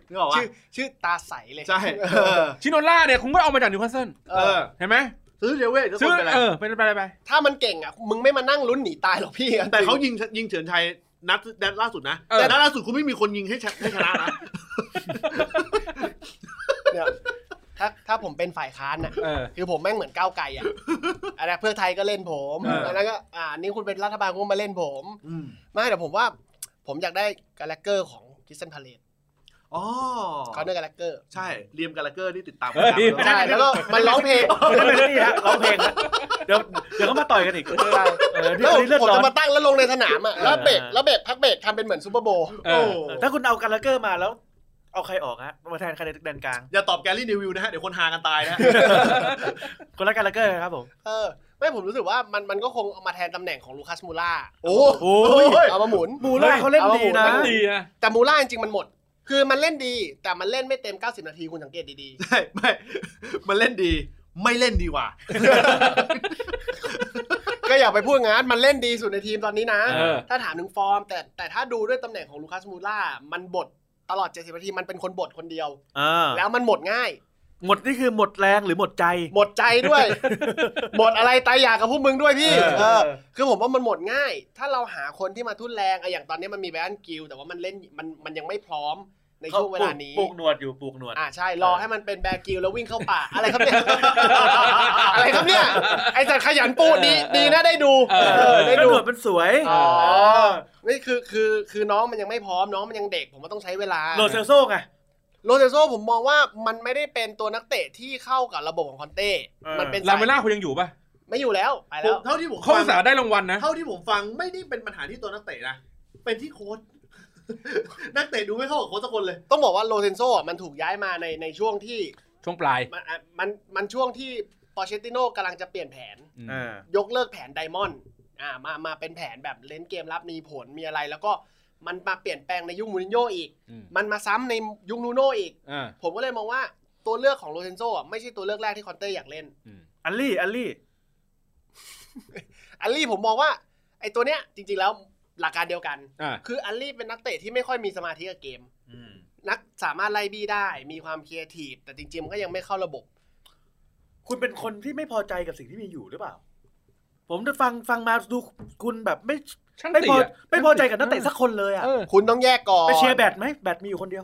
Speaker 1: นึกออกปะ
Speaker 4: ชื่อชื่อตาใสเลย
Speaker 1: ใช่เออ
Speaker 2: ชิโนล่าเนี่ยคุณก็เอามาจากนิวคาสเซิล
Speaker 1: เออ
Speaker 2: เห็นไหม
Speaker 1: ซื้อเชเว่ก็
Speaker 2: ซื้อ
Speaker 1: เป็นไร
Speaker 2: เออไปไปไปไป
Speaker 4: ถ้ามันเก่งอ่ะ มึงไม่มานั่งลุ้นหนีตายหรอกพี่
Speaker 1: แต่เขายิงยิงเฉินชัยนัดนัดล่าสุดนะ
Speaker 2: เออ
Speaker 1: แต่นัดล่าสุดคุณไม่มีคนยิงให้ชนะให้ชนะนะ
Speaker 4: เนี่ยถ้าถ้าผมเป็นฝ่ายค้านน่ะ
Speaker 2: เออ
Speaker 4: คือผมแม่งเหมือนก้าวไกลอ่ะอันนั้นเพื่อไทยก็เล่นผม
Speaker 2: เอออั
Speaker 4: อันนั้นก็อ่านี่คุณเป็นรัฐบาลคุณมาเล่นผม
Speaker 1: อืม
Speaker 4: ไม่แต่ผมว่า ผมอยากได้กาแลกเกอร์ของคริสเซนพาเลต
Speaker 1: อ๋อ
Speaker 4: เขาเนอร์กาแลกเกอร์
Speaker 1: ใช่เรียมกาลาเกอร์นี่ติดตาม
Speaker 2: เฮ้ย
Speaker 1: ใช่
Speaker 4: ใช่แล้วก็มันร้องเพลง
Speaker 5: นี่ฮะร้องเพลงนะเดี๋ยวเดี๋ยวก็มาต่อยกันอีก
Speaker 4: ใช่
Speaker 5: เออนี่
Speaker 4: แล้ว
Speaker 5: อันนี้เลือด
Speaker 4: ผม
Speaker 5: ร้อ
Speaker 4: จะ
Speaker 5: น
Speaker 4: มาตั้งแล้วลงในสนามอ่ะแล้วเบรกแล้วเบรกพักเบรกทำเป็นเหมือนซูเปอร์โบว์
Speaker 2: เอ
Speaker 1: โอ้
Speaker 2: อ
Speaker 5: ถ้าคุณเอากันลาเกอร์มาแล้วเอาใครออกฮะมาแทนใครในแดนกลาง
Speaker 1: อย่าตอบแกลลี่เดวิลนะฮะ เดี๋ยวคนหากันตายนะ
Speaker 5: คนละกันลาเกอร์ครับผม
Speaker 4: เออไม่ผมรู้สึกว่ามันมันก็คงเอามาแทนตำแหน่งของลูคัสมูล่า
Speaker 1: โอ้
Speaker 5: โอ้ย
Speaker 4: เอามาหมุน
Speaker 5: บูล่าเขาเล่น
Speaker 4: เอามา
Speaker 5: ดีนะ
Speaker 4: หมุน
Speaker 2: ดีนะ
Speaker 4: แต่มูล่าจริงๆมันหมด คือมันเล่นดี แต่มันเล่นไม่เต็ม 90 นาทีคุณสังเกตดี
Speaker 1: ใช่ไม่มันเล่นดี ไม่เล่นดีกว่า
Speaker 4: ๆ ก็อย่าไปพูดงั้นมันเล่นดีสุดในทีมตอนนี้นะ
Speaker 2: เออ
Speaker 4: ถ้าถามถึงฟอร์ม แต่แต่ถ้าดูด้วยตำแหน่งของลูคัสมูล่ามันบดตลอด 70 นาทีมันเป็นคนบดคนเดียว
Speaker 5: อ่า
Speaker 4: แล้วมันหมดง่าย
Speaker 5: หมดนี่คือหมดแรงหรือหมดใจ
Speaker 4: หมดใจด้วย หมดอะไรตายอยากกับพวกมึงด้วยพี่
Speaker 2: เออ
Speaker 4: เออ คือผมว่ามันหมดง่าย ถ้าเราหาคนที่มาทุ่นแรงอะอย่างตอนนี้มันมีแบรนด์กิลด์แต่ว่ามันเล่นมันมันยังไม่พร้อมในช่วงเวลานี้
Speaker 5: ปลูกหนวดอยู่ปลูกหนวด
Speaker 4: อ่าใช่ รอให้มันเป็นแบร์กิลแล้ววิ่งเข้าป่า อะไรครับเนี่ย อะไรครับเนี่ย ไอจัดขยันปูดีดีนะได้ดู
Speaker 2: เออ
Speaker 4: เออได้
Speaker 5: ก็ห
Speaker 4: ดู
Speaker 5: นวดมันสวย
Speaker 4: อ๋อนี่คือคือคือน้องมันยังไม่พร้อมน้องมันยังเด็กผมว่าต้องใช้เวลา
Speaker 5: โรเซลโซ่ไง
Speaker 4: โรเซโซผมมองว่ามันไม่ได้เป็นตัวนักเตะที่เข้ากับระบบของคอนเต้
Speaker 5: เออ
Speaker 4: มันเป็นสย
Speaker 2: ลาเมล่าคุณยังอยู่ป่ะ
Speaker 4: ไม่อยู่แล้วไป
Speaker 1: ผ
Speaker 4: แล้
Speaker 1: ม
Speaker 4: ว
Speaker 1: เท่าที่ผม
Speaker 2: เขา
Speaker 1: ฟั
Speaker 2: อุ
Speaker 1: ง
Speaker 2: ตสาห์ได้รางวัลนะ
Speaker 1: เท่าที่ผมฟังไม่ได้เป็นปัญหาที่ตัวนักเตะนะ เป็นที่โค้ช นักเตะดูไม่เข้ากับโค้ชสักคนเลย
Speaker 4: ต้องบอกว่าโรเซนโซอ่ะมันถูกย้ายมาในในช่วงที่
Speaker 2: ช่วงปลาย
Speaker 4: มันอ่ะมันมันช่วงที่ปอเชติโน่กำลังจะเปลี่ยนแผน
Speaker 2: อืม
Speaker 4: ยกเลิกแผนไดมอนด์อ่ามามาเป็นแผนแบบเล่นเกมรับมีผลมีอะไร แล้วก็มันมาเปลี่ยนแปลงในยุคมูรินโญ่อีก
Speaker 2: อืม
Speaker 4: มันมาซ้ำในยุคนูโน่อีก
Speaker 2: อ่า
Speaker 4: ผมก็เลยมองว่าตัวเลือกของโรเซนโซอ่ะไม่ใช่ตัวเลือกแรกที่คอนเต้อยากเล่น
Speaker 2: อืม
Speaker 5: อัลลี่อัลลี่
Speaker 4: อัลลี่ผมมองว่าไอ้ตัวเนี้ยจริงๆแล้วหลักการเดียวกัน
Speaker 2: อ่า
Speaker 4: คืออัลลี่เป็นนักเตะที่ไม่ค่อยมีสมาธิกับเกม
Speaker 1: อืม
Speaker 4: นักสามารถไล่บี้ได้ มีความครีเอทีฟแต่จริงๆมันก็ยังไม่เข้าระบบ
Speaker 5: คุณเป็นคนที่ไม่พอใจกับสิ่งที่มีอยู่หรือเปล่า ผมจะฟังฟังมาดูคุณแบบไม่
Speaker 2: ช่าง
Speaker 5: ไม่
Speaker 2: ตี
Speaker 5: พอ
Speaker 2: อะ
Speaker 5: ไม่พอใจกับนักเตะสักคนเลยอ่ะ
Speaker 2: เออ
Speaker 4: คุณต้องแยกก่อน
Speaker 5: ไปเชียร์แบดไหมแบดมีอยู่คนเดียว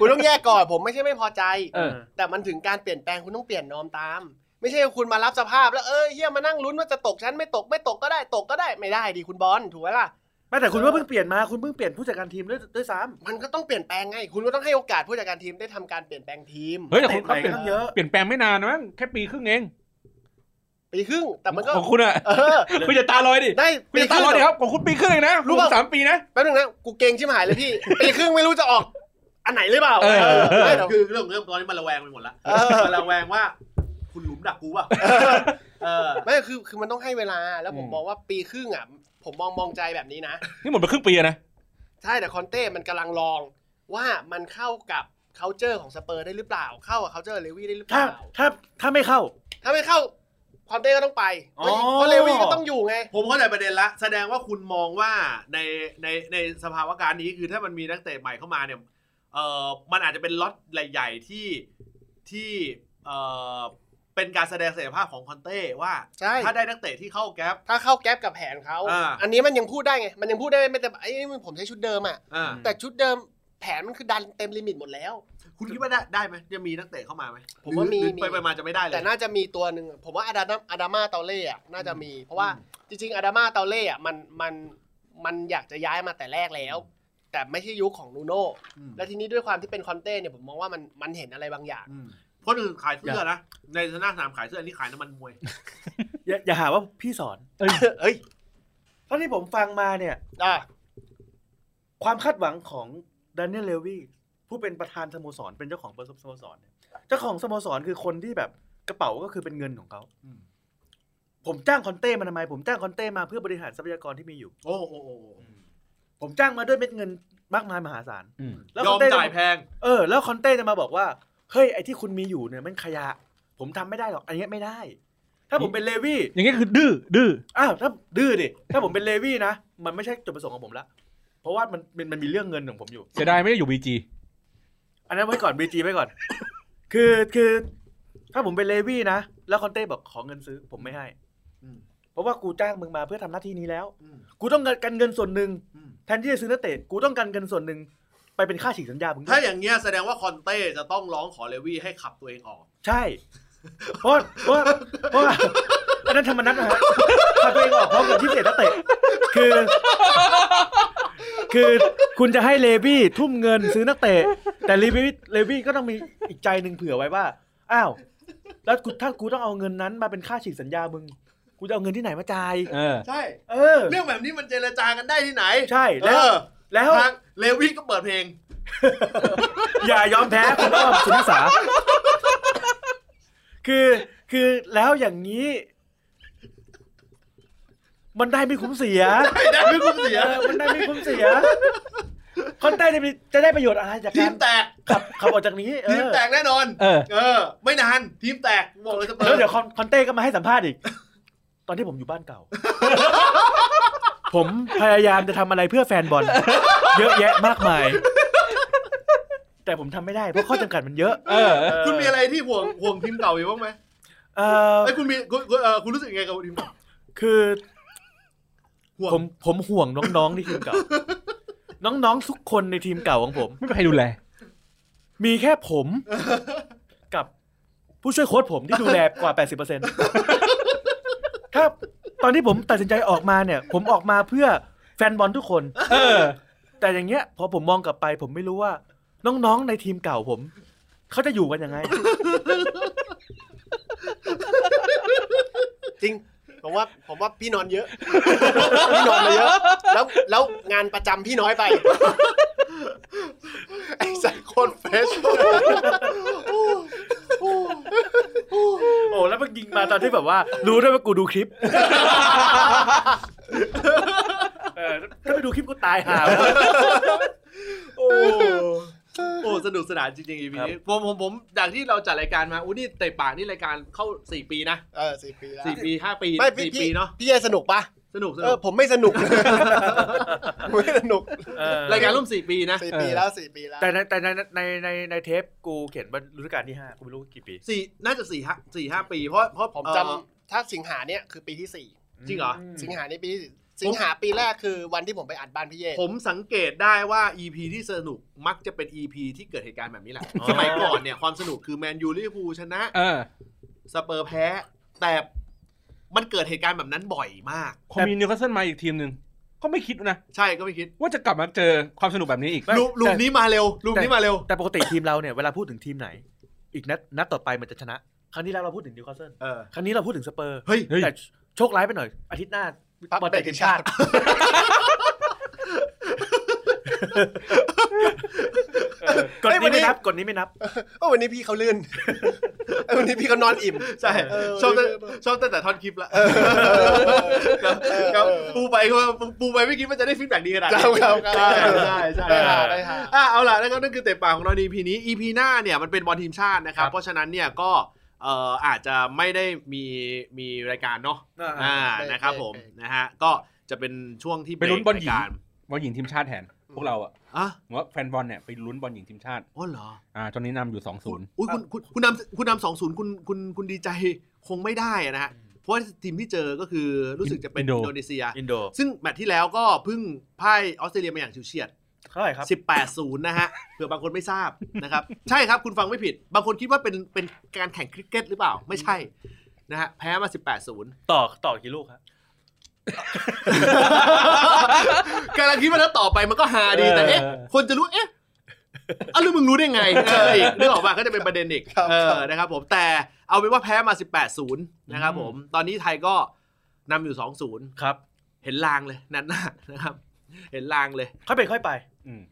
Speaker 4: คุณต้องแยกก่อน ผมไม่ใช่ไม่พอใจ
Speaker 2: เออ
Speaker 4: แต่มันถึงการเปลี่ยนแปลงคุณต้องเปลี่ยนนอมตาม ไม่ใช่คุณมารับสภาพแล้วเออเฮียมานั่งลุ้นว่าจะตกชั้นไม่ตกไม่ตกก็ได้ตกก็ได้ไม่ได้ดิคุณบอลถูกไหมล่ะ
Speaker 5: ไม่แต่คุณว่าเพิ่งเปลี่ยนมาคุณเพิ่งเปลี่ยนผู้จัดการทีมด้วยด้วยซ้
Speaker 4: มันก็ต้องเปลี่ยนแปลงไง คุณก็ต้องให้โอกาสผู้จัดการทีมได้ทำการเปลี่ยนแปลงทีม
Speaker 2: เฮ้ย
Speaker 5: ำ
Speaker 2: แต่
Speaker 5: เตะ
Speaker 2: คุณ
Speaker 5: ไป
Speaker 2: เขาเปลี่ยน
Speaker 5: ตั้งเยอะ
Speaker 2: เปลี่ยนแปลงไม่นานนะมั้งแค่ปีครึ่งเอง
Speaker 4: ปีครึ่งแต่มันก็
Speaker 2: ของคุณอะ
Speaker 4: เออ
Speaker 2: คุณจะตาลอยดิ
Speaker 4: ได้
Speaker 2: คุณจะตาลอยดิครับของคุณปีครึ่งเองนะ
Speaker 4: รู้
Speaker 2: รู้
Speaker 4: ป่ะ
Speaker 2: สามปีนะ
Speaker 4: แป๊บนึงนะกูเก่งชิบหายเลยพี่ ปีครึ่งไม่รู้จะออก อันไหนหรือเปล่า
Speaker 2: เออ
Speaker 4: ไม่หรอก
Speaker 1: คือเรื่องของเรื่องตอนนี้มันระแวงไปหมดละ
Speaker 4: เออ
Speaker 1: มันระแวงว่า คุณหลุมดักกูป่ะเออ
Speaker 4: ไม่คือคือมันต้องให้เวลาแล้วผม
Speaker 2: อืม
Speaker 4: มองว่าปีครึ่งอ่ะผมมองมองใจแบบนี้นะ
Speaker 2: นี่หมดไปครึ่งปีอะนะ
Speaker 4: ใช่แต่คอนเต้มันกำลังลองว่ามันเข้ากับ c u เจอร์ของสเปอร์ได้หรือเปล่า เข้ากับ c u เจอร์เลวี่ได้หรือเป
Speaker 5: ถ้า
Speaker 4: ล่า
Speaker 5: ถ้าถ้าไม่เข้า
Speaker 4: ถ้าไม่เข้าคอนเต้ก็ต้องไป
Speaker 5: อ๋อ
Speaker 4: เพราะเลวี่ก็ต้องอยู่ไง
Speaker 1: ผมเข้าใจประเด็นละ แสดงว่าคุณมองว่าในในในสภาวะการนี้คือถ้ามันมีนักเตะใหม่เข้ามาเนี่ยเออมันอาจจะเป็นล็อตใหญ่ๆที่ที่เออเป็นการแสดงศักยภาพของคอนเต้ว่า
Speaker 4: ใช่
Speaker 1: ถ้าได้นักเตะที่เข้าแก๊ป
Speaker 4: ถ้าเข้าแก๊ปกับแผนเขา
Speaker 1: อ่า
Speaker 4: นนี้มันยังพูดได้ไง มันยังพูดได้ไม่แต่ไอ้นี่มันผมใช้ชุดเดิมอ่ะ
Speaker 1: อ่า
Speaker 4: แต่ชุดเดิมแผนมันคือดันเต็มลิมิตหมดแล้ว
Speaker 1: คุณคิดว่าได้ได้ไหมจะมีนักเตะเข้ามาไหม
Speaker 4: ผมว่ามี
Speaker 1: หรือ
Speaker 4: มี
Speaker 1: ไปไปมาจะไม่ได้เลย
Speaker 4: แต่น่าจะมีตัวหนึ่งอะผมว่าอาดามาอาดามาเตาเล่อะน่าจะมี เพราะว่าจริงๆอาดามาเตาเล่อะมันมันมันอยากจะย้ายมาแต่แรกแล้ว แต่ไม่ใช่ยุคของนูโน่
Speaker 1: อืม
Speaker 4: และทีนี้ด้วยความที่เป็นคอนเต้เนี่ยผมมองว่ามันมันเห็นอะไรบางอย่าง
Speaker 1: อืมคนอื่นขายเสื้อนะในสนามสนามขายเสื้ออันนี้ขายน้ำมันมวย
Speaker 5: อย่าอย่าหาว่าพี่สอน
Speaker 4: เอ้ย
Speaker 5: เท่าที่ผมฟังมาเนี่ย
Speaker 4: อ่ะ
Speaker 5: ความคาดหวังของด a น i e l ลเลวีผู้เป็นประธานสโมสรเป็นเจ้าของสโมสรเนี่ยเจ้าของสโมสรคือคนที่แบบกระเป๋าก็คือเป็นเงินของเขา
Speaker 1: อืม
Speaker 5: ผมจ้างคอนเต้มาทำไม ผมจ้างคอนเต้มาเพื่อบริหารทรัพยากรที่มีอยู่
Speaker 1: โอ้โอ้โอ้โอ้
Speaker 5: ผมจ้างมาด้วยเม็ดเงินมากมายมหาศาลแล้ว
Speaker 1: ย
Speaker 5: ค
Speaker 1: อ
Speaker 5: อ
Speaker 1: ม
Speaker 5: นเต้
Speaker 1: จ่ายแพง
Speaker 5: เออแล้วคอนเต้จะมาบอกว่าเฮ้ยไอ้ที่คุณมีอยู่เนี่ยมันขยะ ผมทำไม่ได้หรอกอันเนี้ยไม่ได้ ถ้าผมเป็นเลวี่
Speaker 2: อย่างเงี้ยคือดื้อดื้อ
Speaker 5: อ้าวถ้าดื้อดิถ้าผมเป็นเลวี่นะ มันไม่ใช่จุดประสงค์ของผมละเพราะว่ามันมันมันมีเรื่องเงินของผมอยู่
Speaker 2: เสียดายไม่ได้อยู่บีจี
Speaker 5: อันนั้นไว้ก่อนบีจีไว้ก่อน คือคือ ถ้าผมเป็นเลวี่นะ แล้วคอนเต้บอกขอเงินซื้อผมไม่ให้
Speaker 1: อืม
Speaker 5: เพราะว่ากูจ้างมึงมาเพื่อทำหน้าที่นี้แล้ว
Speaker 1: อืม
Speaker 5: กูต้องการเงินส่วนหนึ่ง
Speaker 1: อืม
Speaker 5: แทนที่จะซื้อนักเตะกูต้องการเงินส่วนหนึ่งไปเป็นค่าฉีกสัญญามึงด้
Speaker 1: ถ้า
Speaker 5: วย
Speaker 1: อย่างเงี้ยแสดงว่าคอนเต้จะต้องร้องขอเลวี่ให้ขับตัวเองออก
Speaker 5: ใช่ เพราะเพราะเพราะว่าอันนั้นธรรมนัตนะฮะพาตัวเองออกพร้อมกับที่เตะนักเตะคือ คือคุณจะให้เลวี่ทุ่มเงินซื้อนักเตะ แต่เลวี่เลวี่ก็ต้องมีอีกใจหนึ่งเผื่อไว้ว่า อ้าว แล้วกูถ้ากูต้องเอาเงินนั้นมาเป็นค่าฉีกสัญญามึง กูจะเอาเงินที่ไหนมาจ่าย
Speaker 2: เออ
Speaker 1: ใช่
Speaker 5: เออ
Speaker 1: เรื่องแบบนี้มันเจรจากันได้ที่ไหน
Speaker 5: ใช่
Speaker 1: เอ
Speaker 5: แล้ว
Speaker 1: อ
Speaker 5: แล้ว
Speaker 1: ทางเลวี่ก็เปิดเพลง
Speaker 5: อย่ายอมแพ้คุณอ้อมสุนิสาคือคือแล้วอย่างนี้ มันได้ไม่คุ้มเสีย
Speaker 1: ได้ไม่คุ้มเสีย
Speaker 5: ออมันได้ไม่คุ้มเสีย คอนเต้จะมีจะได้ประโยชน์อะไรจาก
Speaker 1: ที
Speaker 5: กาม ร
Speaker 1: แตก
Speaker 5: ขับขับออกจากนี้เอ
Speaker 1: ทีม
Speaker 5: อ
Speaker 1: แตกแน่นอน
Speaker 2: เออ
Speaker 1: เออ ไม่นาน ทีมแตกบอกเลยสเปอ
Speaker 5: แล้ว
Speaker 1: ร์
Speaker 5: เดี๋ยวคอนคอนเต้ก็มาให้สัมภาษณ์อีก ตอนที่ผมอยู่บ้านเก่า ผมพยายามจะทำอะไรเพื่อแฟนบอล เยอะแยะมากมาย แต่ผมทำไม่ได้เพราะข้อจำกัดมันเยอะ
Speaker 2: เออ
Speaker 1: คุณมีอะไรที่ห่วงห่วงทีมเก่าอยู่บ้างไหม
Speaker 5: เออ
Speaker 1: ไอ้ยคุณมีคุณคุณเออคุณรู้สึกยังไงกับทีมเก่า
Speaker 5: คือ
Speaker 1: ห่วง
Speaker 5: ผมผมห่วงน้องๆในทีมเก่า น้องๆทุกคนในทีมเก่าของผม
Speaker 2: ไม่มีใครดูแล
Speaker 5: มีแค่ ผมกับผู้ช่วยโค้ชผมที่ดูแลกว่า 80%ถ้าตอนที่ผมตัดสินใจออกมาเนี่ย ผมออกมาเพื่อแฟนบอลทุกคน
Speaker 2: เออ
Speaker 5: แต่อย่างเงี้ย พอผมมองกลับไป ผมไม่รู้ว่า น้องๆในทีมเก่าผม เขาจะอยู่กันยังไง
Speaker 4: จริงผมว่าผมว่าพี่นอนเยอะ พี่นอนมาเยอะ แล้วแล้วงานประจำพี่น้อยไป ไอ้สัตว์โคนเฟช
Speaker 5: โอ้แล้วมันยิงมาตอนที่แบบว่า รู้ด้วยว่ากูดูคลิ ป เออถ้าไปดูคลิปกูตายห่า
Speaker 1: โอ้โอ้ สนุกสนานจริงๆ EP นี้ผมผมผมจากที่เราจัดรายการมาอู้นี่เตะปากนี่รายการเข้าสี่ปีนะ
Speaker 4: เออสี่ปีแล้ว
Speaker 1: สี่ปีห้าปี
Speaker 4: ไม่พี่
Speaker 1: สี่ปี
Speaker 4: พี่
Speaker 1: เนาะ
Speaker 4: พี่เอสนุกปะ
Speaker 1: สนุกส
Speaker 4: เอ
Speaker 1: นุ
Speaker 4: อก ผมไม่ส นุก ผมไม่สนุก
Speaker 5: เออ
Speaker 1: รายการร่วมสี่ปีนะ
Speaker 4: สี่ปีแล้วสี่ปีแล้ว
Speaker 5: แต่ในแต่ในในในในเทปกูเขียนว่าฤดูกาลที่ห้ากูไม่รู้กี่ปี
Speaker 1: สี่น่าจะสี่ห้าสี่ห้าปี เพราะเพราะ
Speaker 4: ผม
Speaker 1: เอ่อ
Speaker 4: จำถ้าสิงหาเนี่ยคือปีที่สี่
Speaker 1: จริงเหรอ
Speaker 4: สิงหานี่ปีที่สี่สิงหาปีแรกคือวันที่ผมไปอัดบ้านพี่เย่
Speaker 1: ผมสังเกตได้ว่า EP ที่สนุกมักจะเป็น EP ที่เกิดเหตุการณ์แบบนี้แหละ สมัยก่อนเนี่ยความสนุกคือแมนยูลิเวอร์พูลชนะ
Speaker 2: เออ
Speaker 1: สเปอร์แพ้ แต่มันเกิดเหตุการณ์แบบนั้นบ่อยมาก
Speaker 2: พอมีนิวคาสเซิลมาอีกทีมหนึ่งก็ไม่คิดนะ
Speaker 1: ใช่ก็ไม่คิด
Speaker 2: ว่าจะกลับมาเจอความสนุกแบบนี้อีก
Speaker 5: ไม่
Speaker 1: ลูกลูก
Speaker 5: แต่
Speaker 1: นี้มาเร็วลูกนี้มาเร็ว
Speaker 5: แต่ปกติทีมเราเนี่ยเวลาพูดถึงทีมไหน อีกนัดนัดต่อไปมันจะชนะ ครั้งที่แล้วเราพูดถึงนิวคาสเซิล
Speaker 1: เออ
Speaker 5: ครั้งนี้เราพูดถึงสเปอร์
Speaker 1: เฮ้ย
Speaker 2: เฮ้ย
Speaker 5: แต่โชคร้ายไปหน่อย อาทิตย์หน้า
Speaker 4: ปั๊บ
Speaker 5: เปิดเตะทีมชาติ กดนี้ไม่นับกดนี้ไม่นับ
Speaker 4: เออวันนี้พี่เขา ลื่น เออวันนี้พี่เขานอนอิ่ม
Speaker 1: ใช่
Speaker 4: เออ
Speaker 1: ชอบตั้ง
Speaker 4: เออเออ
Speaker 1: ชอบตั้งแต่ท่อนคลิปละ
Speaker 4: ครับ
Speaker 1: ครับปูไปก็ว่าปูไปไม่คิดว่าจะได้ฟีดแบ็กดีขนาด
Speaker 4: ค
Speaker 1: นี้
Speaker 4: รับครับ
Speaker 1: ใช่ใช่ใช่
Speaker 4: ได้หา
Speaker 1: ใช่
Speaker 4: ได้หา
Speaker 1: อ่ะเอาล่ะแล้วก็นั่นคือเตะปากของเราใน EP นี้ EP หน้าเนี่ยมันเป็นบอลทีมชาตินะครับ เพราะฉะนั้นเนี่ยก็เอ่ออาจจะไม่ได้มีมีรายการเนาะอ่า
Speaker 4: เบรก
Speaker 1: นะครับ
Speaker 4: เบ
Speaker 1: ผ
Speaker 4: รก
Speaker 1: ม
Speaker 4: เบรก
Speaker 1: นะฮะก็จะเป็นช่วงที่
Speaker 2: ไปลุ้นบอลหญิง
Speaker 1: รายการ
Speaker 2: บอลหญิงทีมชาติแทนพวกเราอะ
Speaker 1: อ่ะ
Speaker 2: ผมว่าแฟนบอลเนี่ยไปลุ้นบอลหญิงทีมชาติ
Speaker 1: โอ้เหรอ
Speaker 2: อ่าตอนนี้นำอยู่สองศูนย์
Speaker 1: อุ้ยคุณคุณคุณนำคุณนำสองศูนย์คุณคุณคุณดีใจคงไม่ได้นะฮะเพราะว่าทีมที่เจอก็คือรู้สึกจะเป็นอินโดนีเซีย
Speaker 5: อินโด
Speaker 1: ซึ่งแมตช์ที่แล้วก็เพิ่งพ่ายออสเตรเลียมาอย่างฉิวเฉียด
Speaker 5: เท่าไหร่ครับ
Speaker 1: สิบแปดศูนย์นะฮะ เผื่อบางคนไม่ทราบนะครับ ใช่ครับคุณฟังไม่ผิด บางคนคิดว่าเป็นเป็นการแข่งคริกเก็ตหรือเปล่า ไม่ใช่นะฮะแพ้มาสิบแปดศูนย์
Speaker 5: ต่อต่อกี่ลูกครับ
Speaker 1: กำลังคิดว่าถ้าต่อไปมันก็ฮาดีแต่เอ๊ะ
Speaker 5: เออ
Speaker 1: คนจะรู้เอ๊ะเอาหรือมึงรู้ได้ไงเอออีกนึกออกป่ะก็จะเป็นประเด็นอีก
Speaker 4: ครับ
Speaker 1: เอ
Speaker 4: ครั
Speaker 1: อบ นะครับผมแต่เอาเป็นว่าแพ้มาสิบแปดศูนย์นะครับผมตอนนี้ไทยก็นำอยู่สองศูนย์
Speaker 5: ครับ
Speaker 1: เห็นลางเลยนัดหน้านะครับ เห็นลางเลย
Speaker 5: ค่อยเป็นค่อยไป
Speaker 2: อืม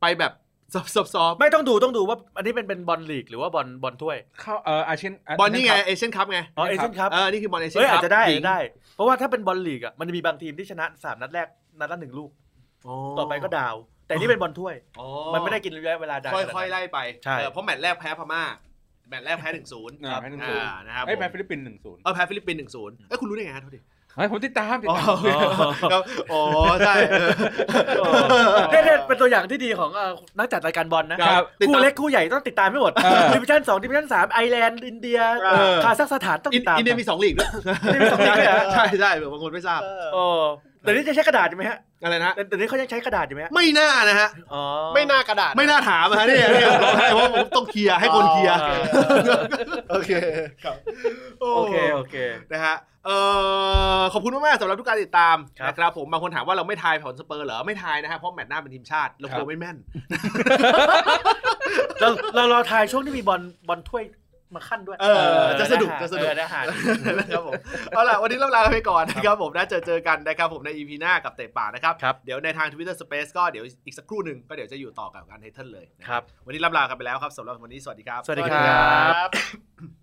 Speaker 1: ไปแบบซอฟซอฟ
Speaker 5: ไม่ต้องดูต้องดูว่าอันนี้เป็นเป็นบอลลีกหรือว่าบอลบอลถ้วย
Speaker 2: เข้าเอออาเชียน
Speaker 1: บอลนี่ไงเอเชียนคัพไง
Speaker 5: อ๋อเอเชียนครับ
Speaker 1: เออนี่คือบอลเอเชียน
Speaker 5: เอ้ย
Speaker 1: คั
Speaker 5: อา
Speaker 1: พ
Speaker 5: จจะได้
Speaker 1: ห
Speaker 5: อาจ
Speaker 1: ญิง
Speaker 5: จะได้ เพราะว่าถ้าเป็นบอลลีกอ่ะมันจะมีบางทีมที่ชนะสามนัดแรกนัดละหนึ่งลูก ต่อไปก็ดาว แต่นี่เป็นบอลถ้วย
Speaker 1: อ๋อ
Speaker 5: มันไม่ได้กินระยะเวลาดาว
Speaker 1: ค่อยๆไล่ไป
Speaker 5: ใช่
Speaker 1: เออเพราะแมตช์แรกแพ้พม่า แมตช์แรกแพ้หนึ่งศูนย์
Speaker 2: อ่าแพ้หนึ่งศูนย์
Speaker 1: นะครับ
Speaker 2: ไอ้ยแพ้
Speaker 1: ผม
Speaker 2: ฟิลิปปินส์หนึ่งศูนย์
Speaker 1: เออแพ้ฟิลิปปินส์หนึ่งศูนย์เอ้ยคุณรู้ได้ไงฮะโทษดิ
Speaker 2: เฮ้ยผมติดตามติด
Speaker 1: อ๋อ
Speaker 2: ตาม
Speaker 1: ครับอ๋อใช่เออ
Speaker 5: เนี่ยเนี่ยเป็นตัวอย่างที่ดีของเอ่อนักจัดรายการบอลนะครับคู่เล็กคู่ใหญ่ต้องติดตามให้หมด
Speaker 2: เออ
Speaker 5: ดิวิชั่นสองดิวิชั่นสามไอร์แลนด์ อินเดีย
Speaker 1: เออ
Speaker 5: คาซัคสถานต้อง
Speaker 1: อิ
Speaker 5: ติ
Speaker 1: น
Speaker 5: ดตาม
Speaker 1: อินเดียมีสองลีกด้วย
Speaker 5: อินเดีย มีสองทีมเลยเหรอ
Speaker 1: ใช่ใช่เผื่อบางคนไม่ทราบ
Speaker 4: เออ
Speaker 5: โอ้แต่นี่จะใช้กระดาษอยู่ไหมฮะ
Speaker 1: อะไรนะ
Speaker 5: แต่แต่นี้เขายังใช้กระดาษอยู่ไหมฮะ
Speaker 1: ไม่น่านะฮะ
Speaker 5: อ๋อ
Speaker 4: ไม่น่ากระดาษ
Speaker 1: ไม่น่าถามอะฮะเนี่ยเนี่ยผมร้องไห้เพราะผมต้องเคลียร์ให้คนเคลียร์
Speaker 5: อ๋อ
Speaker 4: โอเค
Speaker 5: โอเคโอเค
Speaker 1: นะฮะเออขอบคุณมากๆสำหรับทุกการติดตาม
Speaker 5: ครับ
Speaker 1: นะครับผมบางคนถามว่าเราไม่ทายผลสเปอร์เหรอไม่ทายนะฮะเพราะแมตช์หน้าเป็นทีมชาติเรากลัวไม่แม่น
Speaker 5: เราเราเราทายช่วงที่มีบอลบอลถ้วยมาขั้นด้วย
Speaker 1: เออจะสนุกจะสนุก
Speaker 5: เออได้หา
Speaker 1: นะครับผมเอาล่ะ วันนี้เราลาไปก่อนนะครับผมนะเจอเจอกันนะครับผมใน EP หน้ากับเตะป่ากนะครับ
Speaker 5: ครับ
Speaker 1: เดี๋ยวในทาง Twitter Space ก็เดี๋ยวอีกสักครู่หนึ่งก็เดี๋ยวจะอยู่ต่อกับการไทเทิลเลยนะครับ วันนี้ล่ำลากันไปแล้วครับสำหรับวันนี้สวัสดีครับ
Speaker 5: สวัสดีครับ